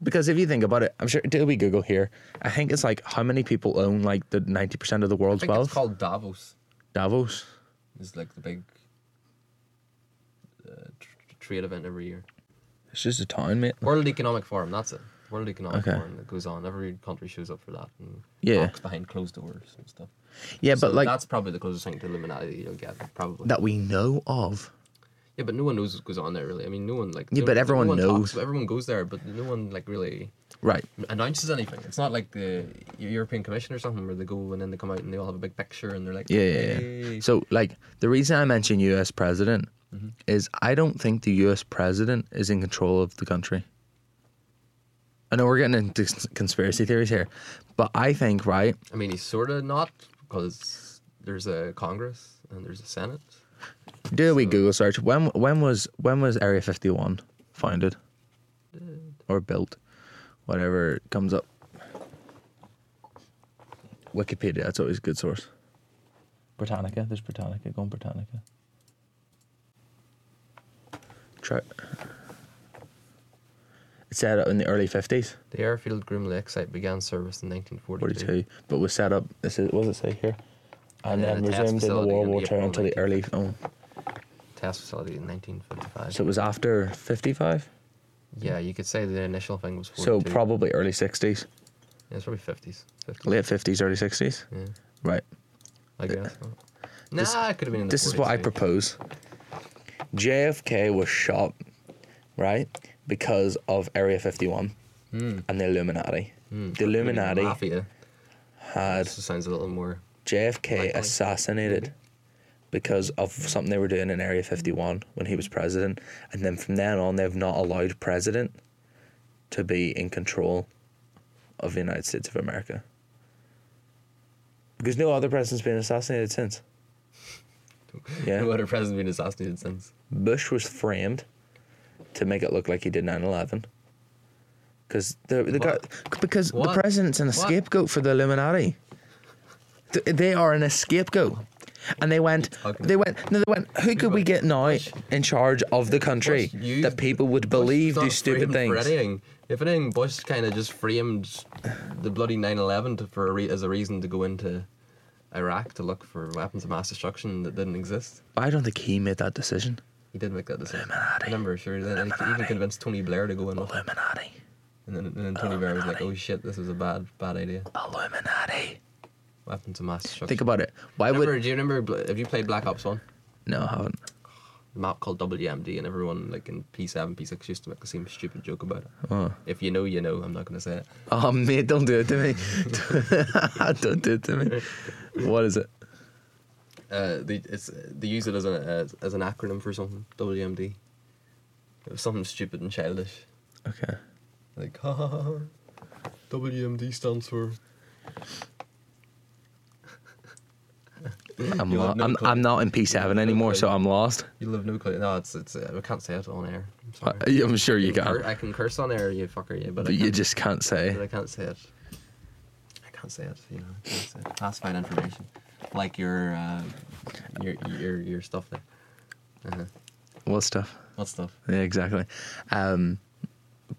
because if you think about it, I'm sure did we Google here? I think it's like how many people own like the 90% of the I world's think wealth? it's called Davos. Davos. It's like the big uh, tr- tr- trade event every year. It's just a town, mate. World Economic Forum, that's it. World Economic Okay. Forum that goes on. Every country shows up for that and Yeah. talks behind closed doors and stuff. Yeah, So but like that's probably the closest thing to Illuminati you'll get, probably. that we know of. Yeah, but no one knows what goes on there really. I mean, no one like. Yeah, no- but no everyone one knows. but everyone goes there, but no one like really Right. announces anything. It's not like the E-, European Commission or something where they go and then they come out and they all have a big picture and they're like, Yeah, yeah, yeah. "Hey." So like the reason I mention US president is I don't think the US president is in control of the country. I know we're getting into s- conspiracy theories here, but I think right. I mean, he's sort of not because there's a Congress and there's a Senate. Do a wee Google search. When when was when was Area 51 founded or built? Whatever comes up. Wikipedia. That's always a good source. Britannica. There's Britannica. Go on Britannica. Try. It set up in the early 50s, The airfield Groom Lake site began service in 1942. 42, but was set up. This is what does it say here? And, And then then a test resumed in the facility World in War II April until the early. Oh, Test facility in 1955. so it was after 55. yeah, you could say the initial thing was 42. So probably early 60s, Yeah, it's probably 50s. 50s. late 50s, early 60s. Yeah, Right. I guess. uh, Nah, This- it could have been in the This is what I 40s, too. propose. JFK was shot, right, because of Area 51 and the Illuminati. The Illuminati Mafia. had This sounds a little more. JFK Likely. assassinated because of something they were doing in Area 51 when he was president. And then from then on, they've not allowed president to be in control of the United States of America. Because no other president's been assassinated since. Yeah. No other president's been assassinated since. Bush was framed to make it look like he did 9 11. Because the, the guy, because What? the president's an What? scapegoat for the Illuminati. Th- They are an scapegoat. And they went, talking they went, no, they went, who could we get now in charge of the country Bush used- that people would Bush believe not do stupid framed for things? anything. If anything, Bush kind of just framed the bloody 9/11 to, for a re- as a reason to go into Iraq to look for weapons of mass destruction that didn't exist. I don't think he made that decision. He did make that decision. I remember, sure. Then and he even convinced Tony Blair to go in. with- Illuminati. And then, and then Tony Blair was like, "Oh shit, this is a bad, bad idea. Illuminati. Weapons of mass destruction." Think about it. Why remember, would. do you remember? Bla- Have you played Black Ops One? No, I haven't. The map called WMD, and everyone like in P7, P6 used to make the same stupid joke about it. Oh. If you know, you know. I'm not gonna say it. Oh mate, don't do it to me. don't do it to me. What is it? Uh, they it's they use it as an as, as an acronym for something. WMD. It was something stupid and childish, Okay. like ha ha ha. ha. WMD stands for. I'm, You lo- have no I'm, clue. I'm not in P7 anymore, so I'm lost. You live no clue. No, it's it's. Uh, I can't say it on air. I'm I, sorry. I'm sure Uh, you Cur- can, I can curse on air, you fucker, yeah, but, but I, you can't, just can't but I say. can't say it. I can't say it, you know. I can't say it. Classified information, like your uh, your your your stuff there. Uh-huh. What stuff? What stuff? Yeah, exactly. Um,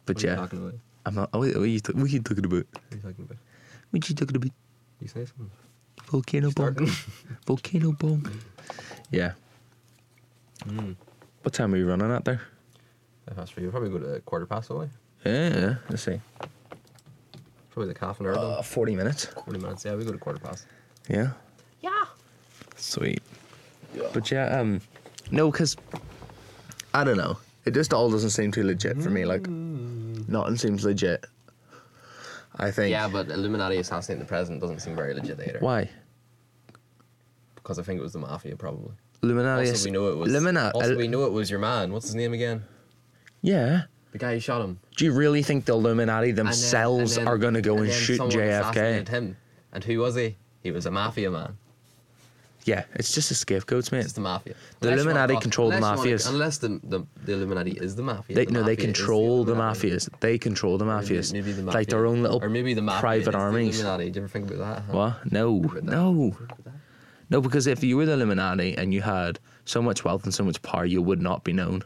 but What are you yeah, talking about? I'm not. Oh, what are you, ta- what are you talking about? What are you talking about? What you talking about? You say something. Volcano Starting. bomb. Volcano bomb. Yeah. Hmm. What time are you running at there? If that's for you, probably go to a quarter past away. Yeah, let's see. Probably like half an hour. Uh, done. 40 minutes. Forty minutes. Yeah, we go to quarter past. Yeah. Yeah. Sweet. But yeah, um, no, because I don't know. It just all doesn't seem too legit for me. Like, nothing seems legit. I think. Mm. Yeah, but Illuminati assassinating the president doesn't seem very legit either. Why? Because I think it was the mafia, probably. Illuminati. Also, we know it was. Oh, Illuminati. Also, we know it was your man. What's his name again? yeah. The guy who shot him. Do you really think the Illuminati And then- themselves and then- are going to go and, then shoot someone JFK? assassinated Him. And who was he? He was a mafia man. Yeah, it's just a scapegoats, mate. It's the mafia. The Unless you wanna Illuminati call- control the unless you wanna- mafias. unless the, the, the Illuminati is the mafia. They, the no, they mafia is control the, Illuminati. mafias. They control the Or may- mafias. Maybe the Like mafia. their own little or maybe the mafia is private the armies. Illuminati. Did you ever think about that? huh? What? No, Think about that. no. Think about that. No, because if you were the Illuminati and you had so much wealth and so much power, you would not be known.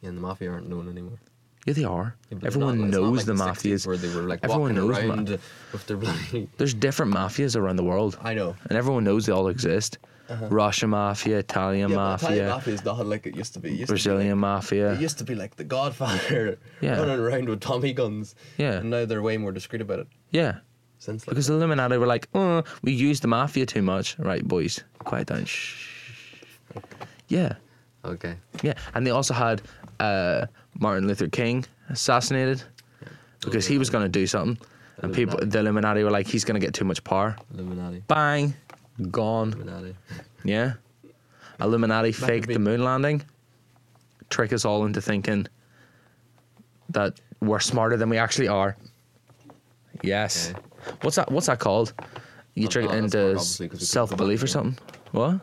Yeah, and the mafia aren't known anymore. Yeah, they are. Yeah, but they're Everyone not- it's not knows like the, 60s mafias. Where they were like Everyone walking knows ma- around with their bloody. There's different mafias around the world, I know. Uh-huh. and everyone knows they all exist. Russian mafia, Italian Yeah, but Italian mafia, mafia is not like it used to be. It used to be Brazilian mafia. It used to be like the Godfather Yeah. running around with Tommy guns. Yeah. And now they're way more discreet about it. yeah, Since like because the Illuminati were like, "Oh, we use the mafia too much, right, boys? Quiet down." Shh. Yeah, Okay. yeah, and they also had uh, Martin Luther King assassinated because he was going to do something, and people, Illuminati. the Illuminati were like, "He's going to get too much power." Illuminati. Bang, gone. Illuminati. Yeah. Illuminati could faked be- the moon landing, trick us all into thinking that we're smarter than we actually are. Yes. What's that? What's that called? You Not- trick not as smart, into obviously, 'cause we couldn't go self belief back or again. something? What?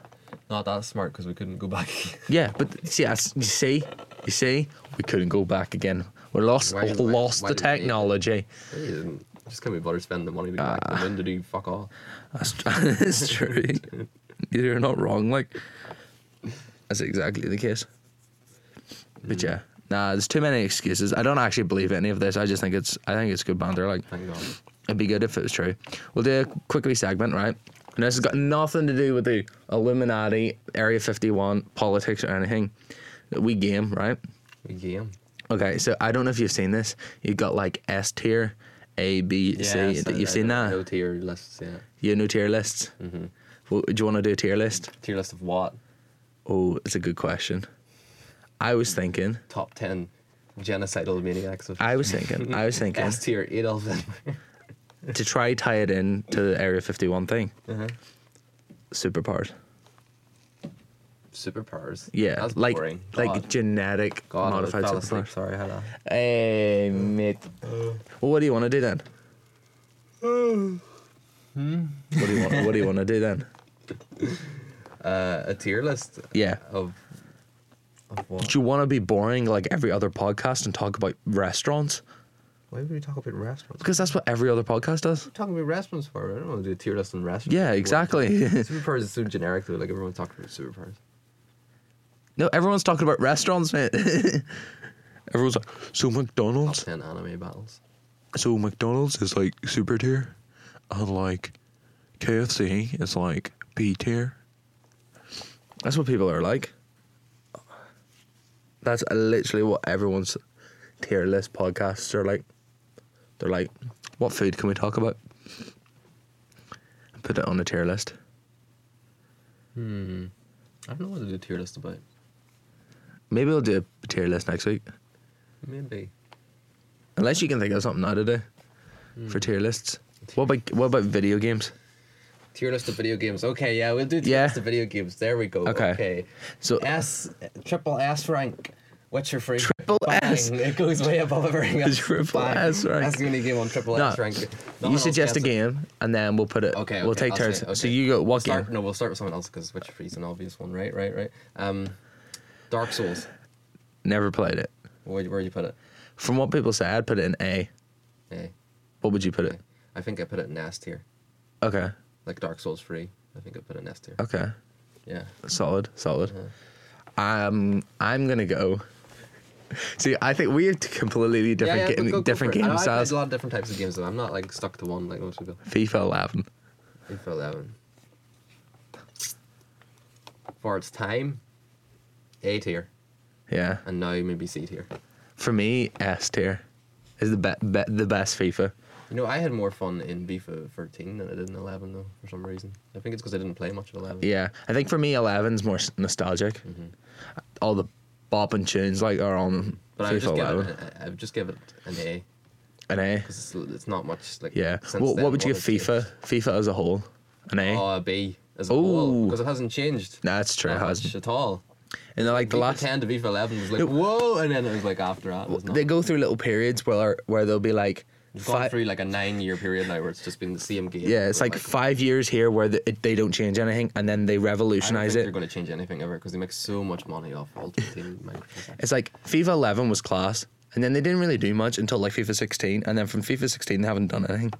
Not that smart because we couldn't go back. Yeah, but see, I s- you see, you see, we couldn't go back again. We lost, Why- why- lost why the did we- technology. He didn't. Just couldn't be bothered spending the money to go back to London to do fuck all. That's, tr- that's true. You're not wrong. Like that's exactly the case. But Hmm. yeah, nah, there's too many excuses. I don't actually believe any of this. I just think it's I think it's good banter. Like Thank God. it'd be good if it was true. We'll do a quickly segment, right? And this has got nothing to do with the Illuminati, Area 51, politics, or anything. We game, right? We game. Okay, so I don't know if you've seen this. You've got like S tier, A, B, C. You've seen that? No tier lists, yeah. You know tier lists. Mm-hmm. Well, do you want to do a tier list? Tier list of what? Oh, it's a good question. I was thinking. Top 10 genocidal maniacs of I was thinking. I was thinking S tier Adolf Hitler. to try tie it in to the Area 51 thing. uh-huh. Superpowers. Superpowers. Yeah, That's like boring. like God. genetic God, modified I fell asleep. superpowers. Sorry, I had a. Hey, mate. Well, what do you want to do then? What do you want? What do you want to do then? Uh, a tier list Yeah. of of what? Do you want to be boring like every other podcast and talk about restaurants? Why would we talk about restaurants? Because that's what every other podcast does. We're talking about restaurants for. I don't want to do a tier list on restaurants. Yeah, Like, exactly. Superpowers is so generic though. Like everyone's talking about superpowers. No, everyone's talking about restaurants, mate. everyone's like, so Top McDonald's, ten anime battles. so McDonald's is like super tier, and like KFC is like B tier. That's what people are like. That's literally what everyone's tier list podcasts are like. They're like, what food can we talk about? Put it on a tier list. Hmm. I don't know what to do a tier list about. Maybe we'll do a tier list next week. Maybe. Unless you can think of something now to do for tier lists. What about what about video games? Tier list of video games. Okay, yeah, we'll do tier Yeah. list of video games. There we go. Okay. Okay. So- S triple S rank. What's your free? Triple Bang. S. It goes way above everything else. Triple Bang. S rank. That's the only game on triple No, S rank. No you one else suggest a gets it. game and then we'll put it. Okay, we'll take okay, I'll turns. say it, So okay. you go what Start, game? no, we'll start with someone else because Witcher 3 is an obvious one, right? Right, right. Um, Dark Souls. Never played it. Where where you put it? From what people say, I'd put it in A. A. What would you put it? A. eh. I think I put it in S tier. Okay, Like Dark Souls 3. I think I put it in S tier. okay, Yeah. solid, solid. Uh-huh. Um, I'm gonna go. See, I think we have two completely different yeah, yeah, game, go- go for different it. I know game I played styles. a lot of different types of games though. I'm not like stuck to one like most people. FIFA 11. FIFA 11. For its time, A tier, Yeah, and now maybe C tier. for me S tier is the be- be- the best FIFA. You know, I had more fun in FIFA 13 than I did in 11 though, for some reason. I think it's because I didn't play much of 11. Yeah, I think for me, 11's more s- nostalgic. Mm-hmm. All the bop and tunes like are on But I would FIFA just give 11. it, I I would just give it an A an A. because it's, it's not much like. Yeah. since What, then what would you give has changed. FIFA? FIFA as a whole, an A. Oh, a B as a whole Ooh. because it hasn't changed. nah, that's true. not It much hasn't. at all. And then like the FIFA last, 10 to FIFA 11 was like No. whoa, and then it was like after that. It was not. they go through little periods where where they'll be like We've gone five. through like a nine-year period now where it's just been the same game. Yeah, it's with, like five years here where the, it, they don't change anything, and then they I don't think revolutionize They're it. going to change anything ever because they make so much money off Ultimate Team microtransactions. It's like FIFA 11 was class, and then they didn't really do much until like FIFA 16, and then from FIFA 16 they haven't done anything.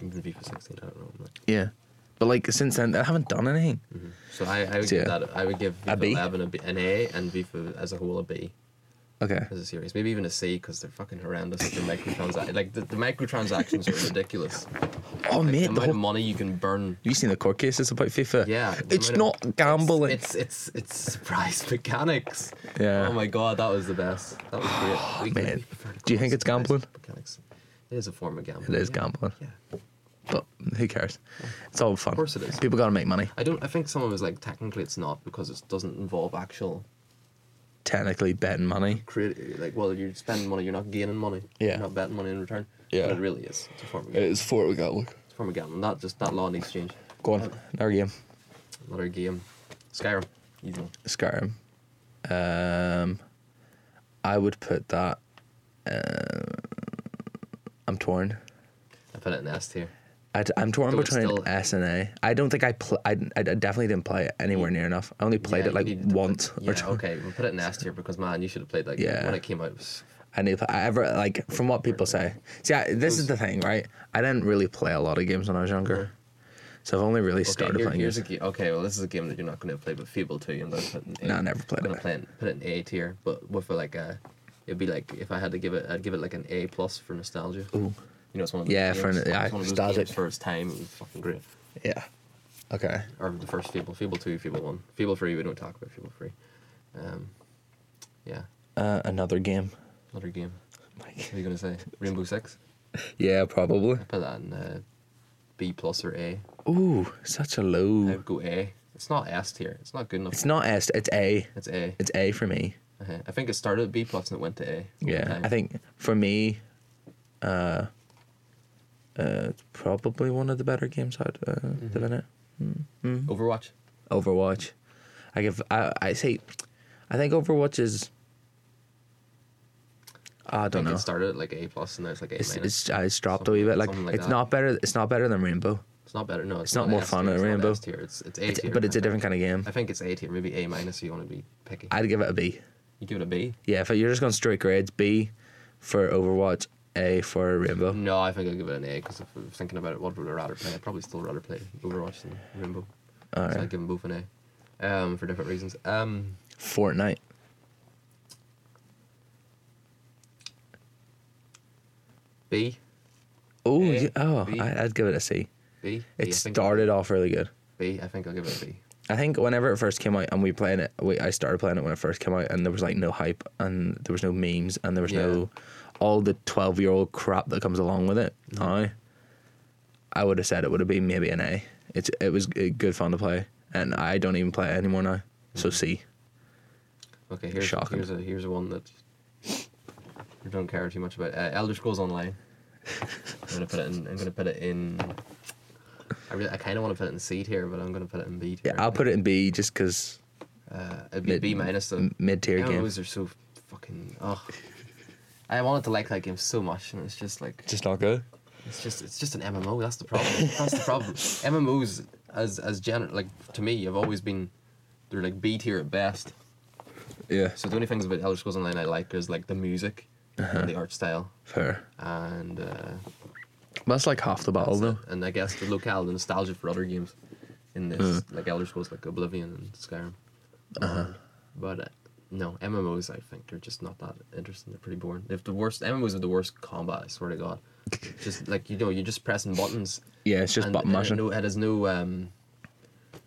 Even FIFA 16, I don't know. like- Yeah, but like since then they haven't done anything. So I, I would So, give yeah. that. I would give FIFA A B? 11 a B, an A and FIFA as a whole a B Mm-hmm. Okay. as a series. Maybe even a C because they're fucking horrendous. with The microtransactions, like the, the microtransactions, are ridiculous. Oh Like, the mate, the amount whole of money you can burn. Have you seen the court cases about FIFA? Yeah, the It's amount not gambling. It's it's it's surprise mechanics. Yeah. Oh my god, that was the best. That was great. We- we man. prefer to Do you call think it it's surprise gambling? Mechanics. It is a form of gambling. It is yeah. gambling. Yeah. But who cares? It's all fun. Of course it is. People gotta make money. I don't. I think someone was like, technically, it's not because it doesn't involve actual Technically betting money. create. Like, well, you're spending money, you're not gaining money. Yeah. You're not betting money in return. Yeah. But it really is. It's a form of gambling. is for we got look. It's a form of gambling. Not just that law in exchange. Go on. Another game. Another game. Skyrim. Easy one. Skyrim. Um I would put that uh, I'm torn. I put it in S tier. I, am torn Though it's between still- S and A. I don't think I, pl- I I definitely didn't play it anywhere near enough. I only played Yeah, it you like needed to put- once Yeah, or twice. okay, we'll put it in S tier because man, you should have played like Yeah. when it came out. It was I need to, I ever like from what people say. See, I, this is the thing, right? I didn't really play a lot of games when I was younger, so I've only really okay, started here- playing here's games. a ge- okay, well this is a game that you're not going to play, but Fable 2 I'm going to put in A. No, I never played I'm gonna it. Play it, put it in A tier, but with a, like a, it'd be like if I had to give it, I'd give it like an A plus for nostalgia. Ooh. You know, it's one of those Yeah, games, for an- yeah, it's one of those nostalgic. games for its time. It was fucking great. Yeah. Okay. Or the first Fable, Fable 2, Fable 1, Fable 3. We don't talk about Fable 3. Um, yeah, Uh, another game. another game. Like, What are you gonna say? Rainbow Six. yeah, probably. Put that in uh, B plus or A. Ooh, such a low. I'd go A. It's not S tier. It's not good enough. It's not S. It's A. It's A. It's A for me. Uh-huh. I think it started at B plus and it went to A. Yeah. Um, I think for me, uh, uh, it's probably one of the better games out uh, Mm-hmm. at the minute. Overwatch. Overwatch. I give. I I say, I think Overwatch is. I I don't think know. it started at like A plus and now it's like A It's minus. it's, uh, it's dropped a Something- wee bit. Like something like it's that. not better. It's not better than Rainbow. It's not better. No, it's, It's not more S fun tier, than it's not Rainbow. S tier, It's it's A It's, tier. but it's I a different think. kind of game. I think it's A tier, maybe A minus. You want to be picky. I'd give it a B. You give it a B? Yeah, if you're just going straight grades, B for Overwatch, A for Rainbow. No, I think I'll give it an A because if I'm thinking about it, what would I rather play? I'd probably still rather play Overwatch than Rainbow. So I'd give them both an A, um, for different reasons. Um, Fortnite. B, Oh, A, yeah, oh, B. I, I'd give it a C. B. B, I It think- started off really good. B. I think I'll give it a B. I think whenever it first came out and we playing it, we, I started playing it when it first came out, and there was like no hype, and there was no memes, and there was no all the twelve year old crap that comes along with it. Mm-hmm. Now, I would have said it would have been maybe an A. It's it was uh, good fun to play, and I don't even play it anymore now. So Mm-hmm. C. Okay, here's Shocking. here's a here's a one that you don't care too much about. Uh, Elder Scrolls Online. I'm gonna put it in. I'm gonna put it in. I really, I kind of want to put it in C tier, but I'm gonna put it in B tier. Yeah, I'll put it in B just because Uh, it'd be B minus though. mid tier game. MMOs are so fucking. Ugh. I wanted to like that game so much, and it's just like just not good. it's just it's just an MMO. That's the problem. That's the problem. MMOs as as gener like to me have always been they're like B tier at best. Yeah, So the only things about Elder Scrolls Online I like is like the music, and the art style, fair. and uh, That's like half the battle though. and I guess the locale, the nostalgia for other games in this, like Elder Scrolls, like Oblivion and Skyrim. Um, But uh, no, MMOs I think are just not that interesting. They're pretty boring. They have the worst MMOs are the worst combat. I swear to God, just like you know, you're just pressing buttons. Yeah, it's just and, button and it mashing. no- it has no um,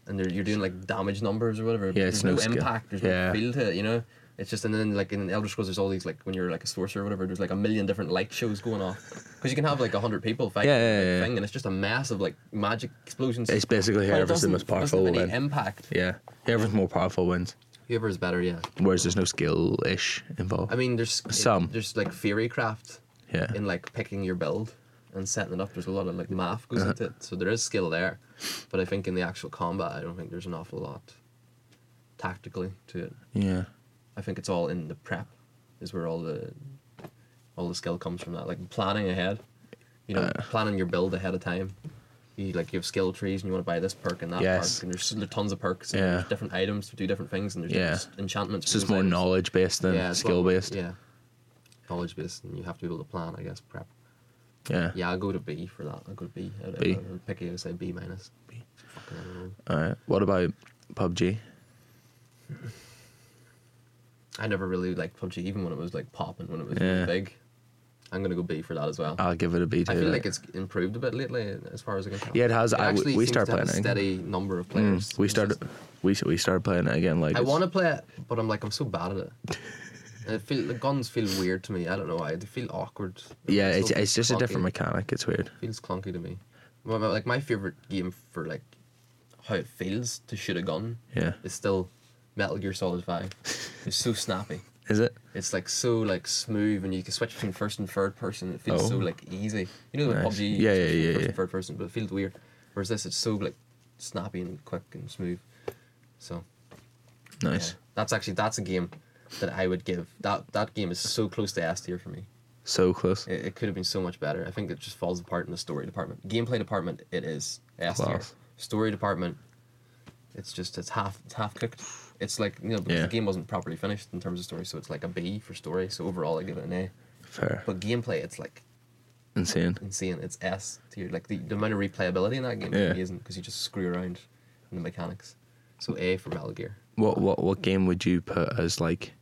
and they're- you're doing like damage numbers or whatever. Yeah, it's there's no, no skill. impact. There's Yeah. no feel to it. You know, it's just and then like in Elder Scrolls, there's all these like when you're like a sorcerer or whatever, there's like a million different light shows going off because you can have like a hundred people fighting Yeah, yeah, the yeah, yeah. thing, and it's just a massive like magic explosions. It's basically But it whoever's the doesn't- most doesn't powerful have will any win. impact. Yeah, whoever's more powerful wins. Whoever is better, yeah. Whereas there's no skill ish involved. I mean, there's Some. there's like theory craft Yeah. in like picking your build and setting it up. There's a lot of like math Uh-huh. goes into it, so there is skill there. But I think in the actual combat, I don't think there's an awful lot tactically to it. yeah. I think it's all in the prep, is where all the all the skill comes from. That like planning ahead, you know, Uh. planning your build ahead of time. You like you have skill trees, and you want to buy this perk and that Yes. perk, and there's, there's tons of perks. And Yeah. there's different items to do different things, and there's Yeah. different enchantments. It's for just those more items. knowledge based than it's skill more- based. Yeah. Yeah, knowledge based, and you have to be able to plan, I guess. Prep. Yeah, I'll go to B for that. I'll go to B. I'd, B. I'd, I'd pick it. I'd say B minus. B. Fucking MMO. All right. What about PUBG? I never really liked PUBG, even when it was like popping, when it was Yeah. Ah, big. I'm gonna go B for that as well. I'll give it a B too. I feel like like- it's improved a bit lately, as far as I can tell. Yeah, it has. I- we- actually we seems started to have playing it a again. steady number of Mm, players. we It's started. just- We s- we started playing it again. Like I it's- want to play it, but I'm like I'm so bad at it. I feel the guns feel weird to me. I don't know why. They feel awkward. Yeah, so it's, it's just a clunky. different mechanic. It's weird. feels clunky to me. My, my- like my favorite game for like how it feels to shoot a gun Yeah. is still Metal Gear Solid Five. it's so snappy. Is it? It's like so like smooth, and you can switch between first and third person. It feels Oh. so like easy. You know, with Nice. PUBG, you Yeah, switch yeah, between yeah, First yeah. and third person, but it feels weird. Whereas this, it's so like snappy and quick and smooth. So yeah. Nice. that's actually that's a game that I would give. That that game is so close to S tier for me. So close. It, it could have been so much better. I think it just falls apart in the story department. Gameplay department, it is S tier. Class. Story department, it's just it's half it's half cooked. It's like you know because Yeah. the game wasn't properly finished in terms of story, so it's like a B for story. So overall, I give it an A. Fair. But gameplay, it's like Insane. insane. It's S tier. Like the, the amount of replayability in that game Yeah. is amazing because you just screw around in the mechanics. So A for Metal Gear. What what what game would you put as like?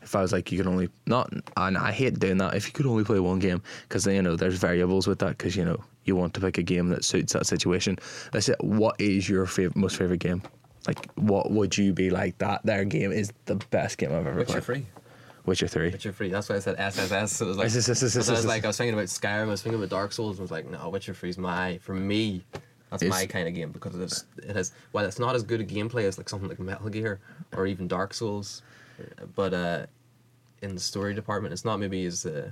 If I was like, you can only not, and I hate doing that. If you could only play one game, because you know there's variables with that. Because you know you want to pick a game that suits that situation. That's it. What is your fav- most favorite game? Like, what would you be like? That their game is the best game I've ever Witcher played. free. Witcher three. Witcher free. That's why I said SSS. So it was like, SSS. I was like, I was thinking about Skyrim. I was thinking about Dark Souls. And I was like, no, Witcher free's my for me. That's It's- my kind of game because it's it has while it's not as good a gameplay as like something like Metal Gear or even Dark Souls, but uh, in the story department, it's not maybe as uh,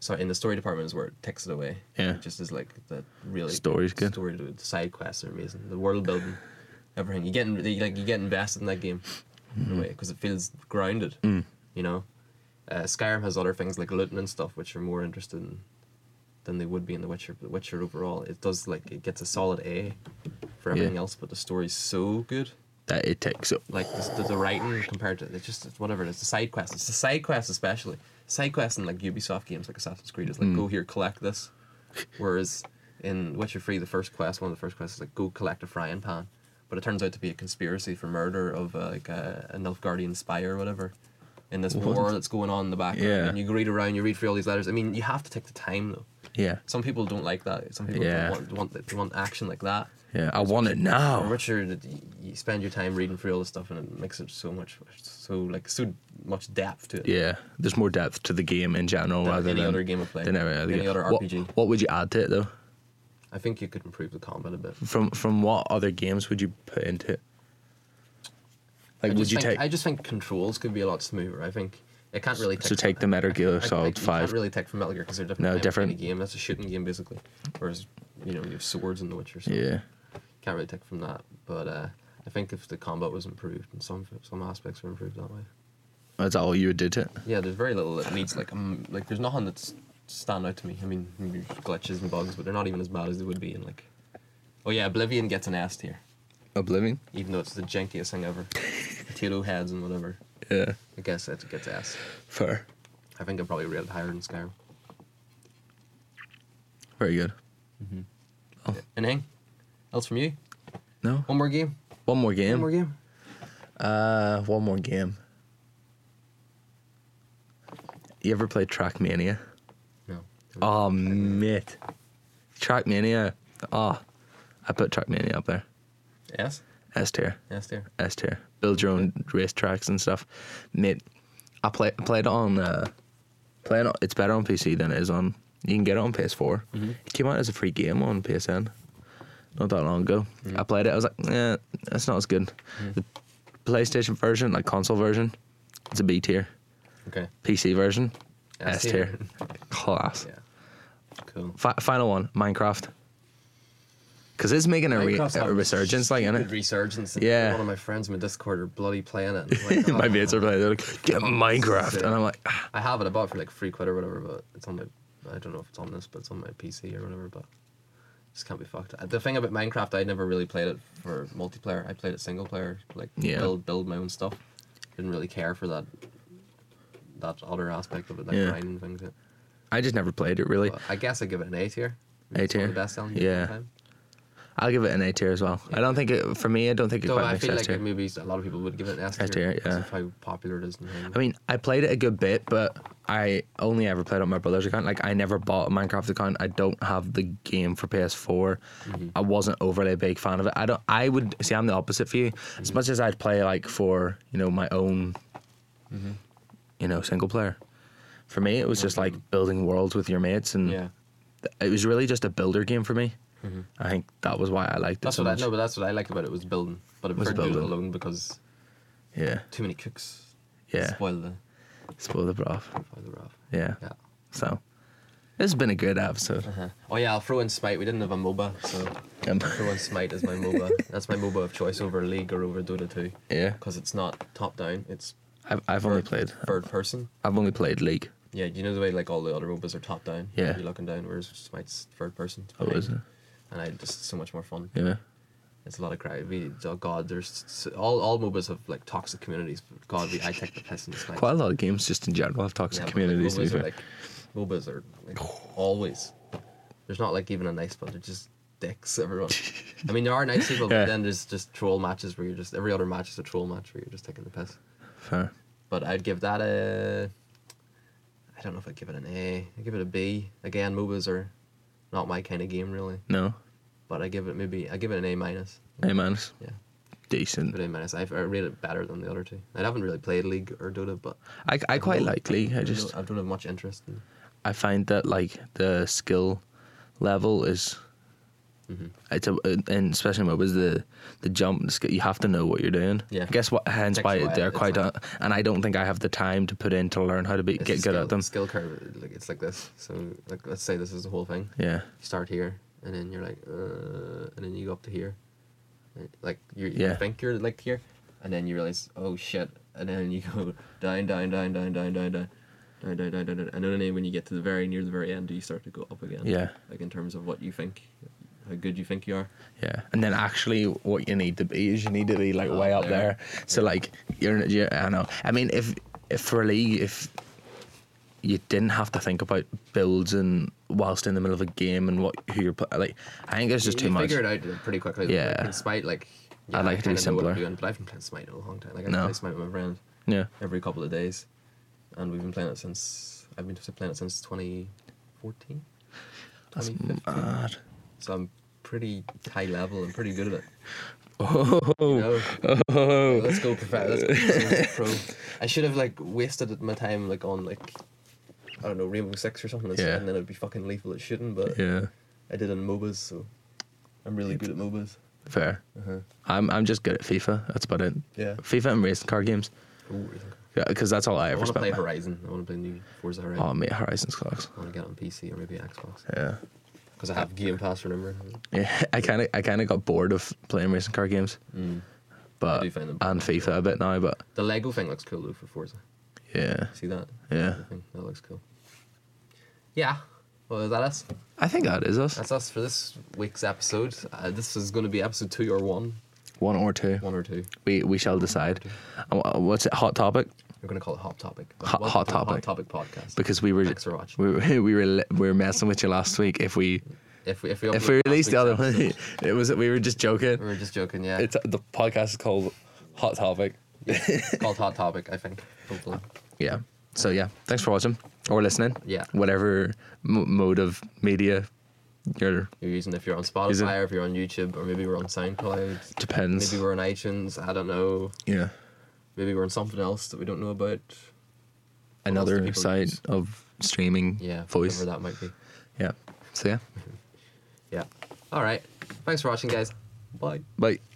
sorry in the story department is where it takes it away. Yeah. It just is like the really Story's good. Story the side quests are amazing. The world building, everything you get in, you, like you get invested in that game Mm-hmm. in a way because it feels grounded. Mm. You know, uh, Skyrim has other things like looting and stuff which are more interesting than they would be in The Witcher. But Witcher overall, it does like it gets a solid A for everything Yeah. else, but the story's so good. that it takes up. Like the, the, the writing compared to it's just it's whatever. It's the side quests. It's the side quests especially. Side quests in like Ubisoft games like Assassin's Creed is like Hmm. go here collect this, whereas in Witcher Free the first quest one of the first quests is like go collect a frying pan, but it turns out to be a conspiracy for murder of uh, like a, an Elfguardian spy or whatever. In this war that's going on in the background, Yeah. and you read around, you read through all these letters. I mean, you have to take the time though. Yeah, Some people don't like that. Some people Yeah. want want want, want action like that. yeah. I want it I'm now. not sure that y- you spend your time reading through all this stuff, and it makes it so much, so like so much depth to it. Yeah, there's more depth to the game in general Than rather any than other game of play, than every other any game. other What- RPG. What, would you add to it though? I think you could improve the combat a bit. From from what other games would you put into it? I Like, just would you think, take I just think controls could be a lot smoother. I think it can't really. Take so take the Metal Gear I- I- Solid you Five? Can't really take from Metal Gear because they're different. No, kind of different. kinda game. That's a shooting game basically. Whereas you know you have swords in The Witcher. So yeah, Can't really take from that, but uh, I think if the combat was improved and some some aspects were improved that way. that's all you would do to it. Yeah, there's very little that needs like um like there's nothing that's stand out to me. I mean, maybe glitches and bugs, but they're not even as bad as they would be in like. Oh yeah, Oblivion gets an S tier, Oblivion. even though it's the jankiest thing ever. Potato heads and whatever. Yeah, I guess it gets S. fair. I think I probably rate it higher than Skyrim. Very good. Anything else from you? No, One more game. one more game. One more game. Uh, one more game. You ever played Trackmania? No. Uh, Oh, mate. Trackmania. Oh, I put Trackmania up there. S. S tier. S tier. S tier. Build your own race tracks and stuff. Mate, I play played on. Uh, playing on, it's better on PC than it is on. You can get it on PS4. Mm-hmm. It came out as a free game on PSN not that long ago. Mm-hmm. I played it. I was like, eh, that's not as good. The PlayStation version, like console version, it's a B tier. Okay. PC version, S S tier. Class. Yeah. Cool. Fi- final one, Minecraft. Because it's making a, re- Minecraft's a having resurgence, like, stupid innit? Resurgence. Yeah. One of my friends in my Discord are bloody playing it. and I'm like, My "Oh, mates are playing, they're like, get Minecraft. sick. And I'm like, "Ah, I have it. I bought it for like three quid or whatever, but it's on my. I don't know if it's on this, but it's on my PC or whatever. But just can't be fucked. Uh, The thing about Minecraft, I never really played it for multiplayer. I played it single player, like Yeah. build build my own stuff. Didn't really care for that that other aspect of it, that Yeah. grinding thing. that- I just never played it, really. But I guess I give it an A tier. Maybe A it's one of tier? The best selling game of all Yeah. time. I'll give it an A tier as well. I don't think it, for me, I don't think it Though quite I makes feel S like tier. it maybe a lot of people would give it an S tier. S tier, because yeah. Of how popular it is. And how- I mean, I played it a good bit, but I only ever played on my brother's account. Like, I never bought a Minecraft account. I don't have the game for PS4. Mm-hmm. I wasn't overly a big fan of it. I don't. I would see. I'm the opposite for you. Mm-hmm. As much as I'd play like for you know my own, Mm-hmm. you know, single player. For me, it was just like building worlds with your mates, and yeah. it was really just a builder game for me. I think that was why I liked it Mm-hmm. That's so what I much. know, but that's what I liked about it was building. But I Was preferred to do it building. alone because Yeah, too many cooks. Yeah. Spoil the spoil the broth. spoil the rough. Yeah. Yeah. So, this has been a good episode. Uh-huh. Oh yeah, I'll throw in Smite. We didn't have a MOBA, so Um, I'll throw in Smite as my MOBA. That's my MOBA of choice over League or over Dota 2. Yeah. Because it's not top down, it's I've, I've only played. third person. I've only played League. Yeah, you know the way like all the other MOBAs are top down. Yeah. You're looking down, whereas it's my third person. It's Oh, behind. is it? And I just so much more fun. Yeah. It's a lot of crowd. We, oh God, there's s- all all MOBAs have like toxic communities. But God, we, I take the piss in this night. Quite a lot of games just in general have toxic but, like, communities. to be MOBAs are fair. like MOBAs are like always. There's not like even a nice bunch. They're just dicks. Everyone. I mean, there are nice people, Yeah. but then there's just troll matches where you're just every other match is a troll match where you're just taking the piss. Fair. But I'd give that a. I don't know if I'd give it an A. I'd give it a B. Again, MOBAs are not my kind of game really, No. but I give it maybe I give it an A minus. Hey, man. it's Yeah. Decent. But in minus, I've I rate it better than the other two. I haven't really played League or Dota, but I, I quite don't- like League. I don't just know- I don't have much interest. In, I find that like the skill level is Mm-hmm. it's a and especially in MOBAs the the jump the skill, you have to know what you're doing. Yeah. Guess what? Hence Takes why a while, they're it's quite like- a- and I don't think I have the time to put in to learn how to be, it's get a good skill, at them. Skill curve, like it's like this. So like, let's say this is the whole thing. Yeah. You start here, and then you're like, uh, and then you go up to here, like you you Yeah. think you're like here, and then you realize, oh shit, and then you go down, down, down, down, down, down, down. Down, down, down, down, down. And only when you get to the very near the very end do you start to go up again. Yeah. Like in terms of what you think, how good you think you are. Yeah, and then actually, what you need to be is you need to be like way up there. Oh, there. So like, you're, you I know. I mean, if if for a league, if you didn't have to think about builds and whilst in the middle of a game and what who you're pl- like, I think it's just you too much. Figure it out pretty quickly. Yeah. Like, in Smite, like I'd like it to be kinda know what simpler. I'm doing, but I've been playing Smite a long time. Like I No. play Smite with my friend Yeah, every couple of days, and we've been playing it since I've been playing it since 2014. that's 2015. mad. So I'm pretty high level and pretty good at it. Oh, You know? oh. Let's go profe- let's go pro. I should have like wasted my time like on like I don't know Rainbow Six or something, Yeah. and then it'd be fucking lethal at shooting. But yeah, I did it in MOBAs, so I'm really good at MOBAs. fair. Uh-huh. I'm I'm just good at FIFA. That's about it. Yeah. FIFA and racing car games, Ooh, I think- because that's all Oh, I I ever want to spent. play my- Horizon. I want to play new Forza Horizon. Oh mate, Horizon's class. I want to get on PC or maybe Xbox Yeah. because I have Game Pass. Remember? Yeah, I kind of I kind of got bored of playing racing car games, but I do find them and FIFA a bit now. But The Lego thing looks cool though for Forza. yeah, See that? Yeah. The thing, That looks cool. Yeah. Well, is that us? I think that is us. That's us for this week's episode. Uh, this is going to be episode two or one, One or two, one or two. we we shall decide. And wha- What's it? Hot topic We're going to call it Hot Topic. Hot- Welcome Hot to the Topic. Hot Topic podcast. because we were Thanks for watching. we were we were, li- we were messing with you last week. If we if we if we, if we upload last released the other week's one, episode- it was we were just joking. we were just joking. Yeah. It's It's, the podcast is called Hot Topic. called Hot Topic. I think. Hopefully. Yeah. So yeah, thanks for watching or listening. Yeah. Whatever m- mode of media you're You're using if you're on Is it- Spotify or if you're on YouTube or maybe we're on SoundCloud. depends. Maybe we're on iTunes. I don't know. yeah. Maybe we're on something else that we don't know about. else do another people side use? of streaming Yeah, voice. whatever that might be. Yeah. So yeah. Yeah. All right. Thanks for watching, guys. Bye. Bye.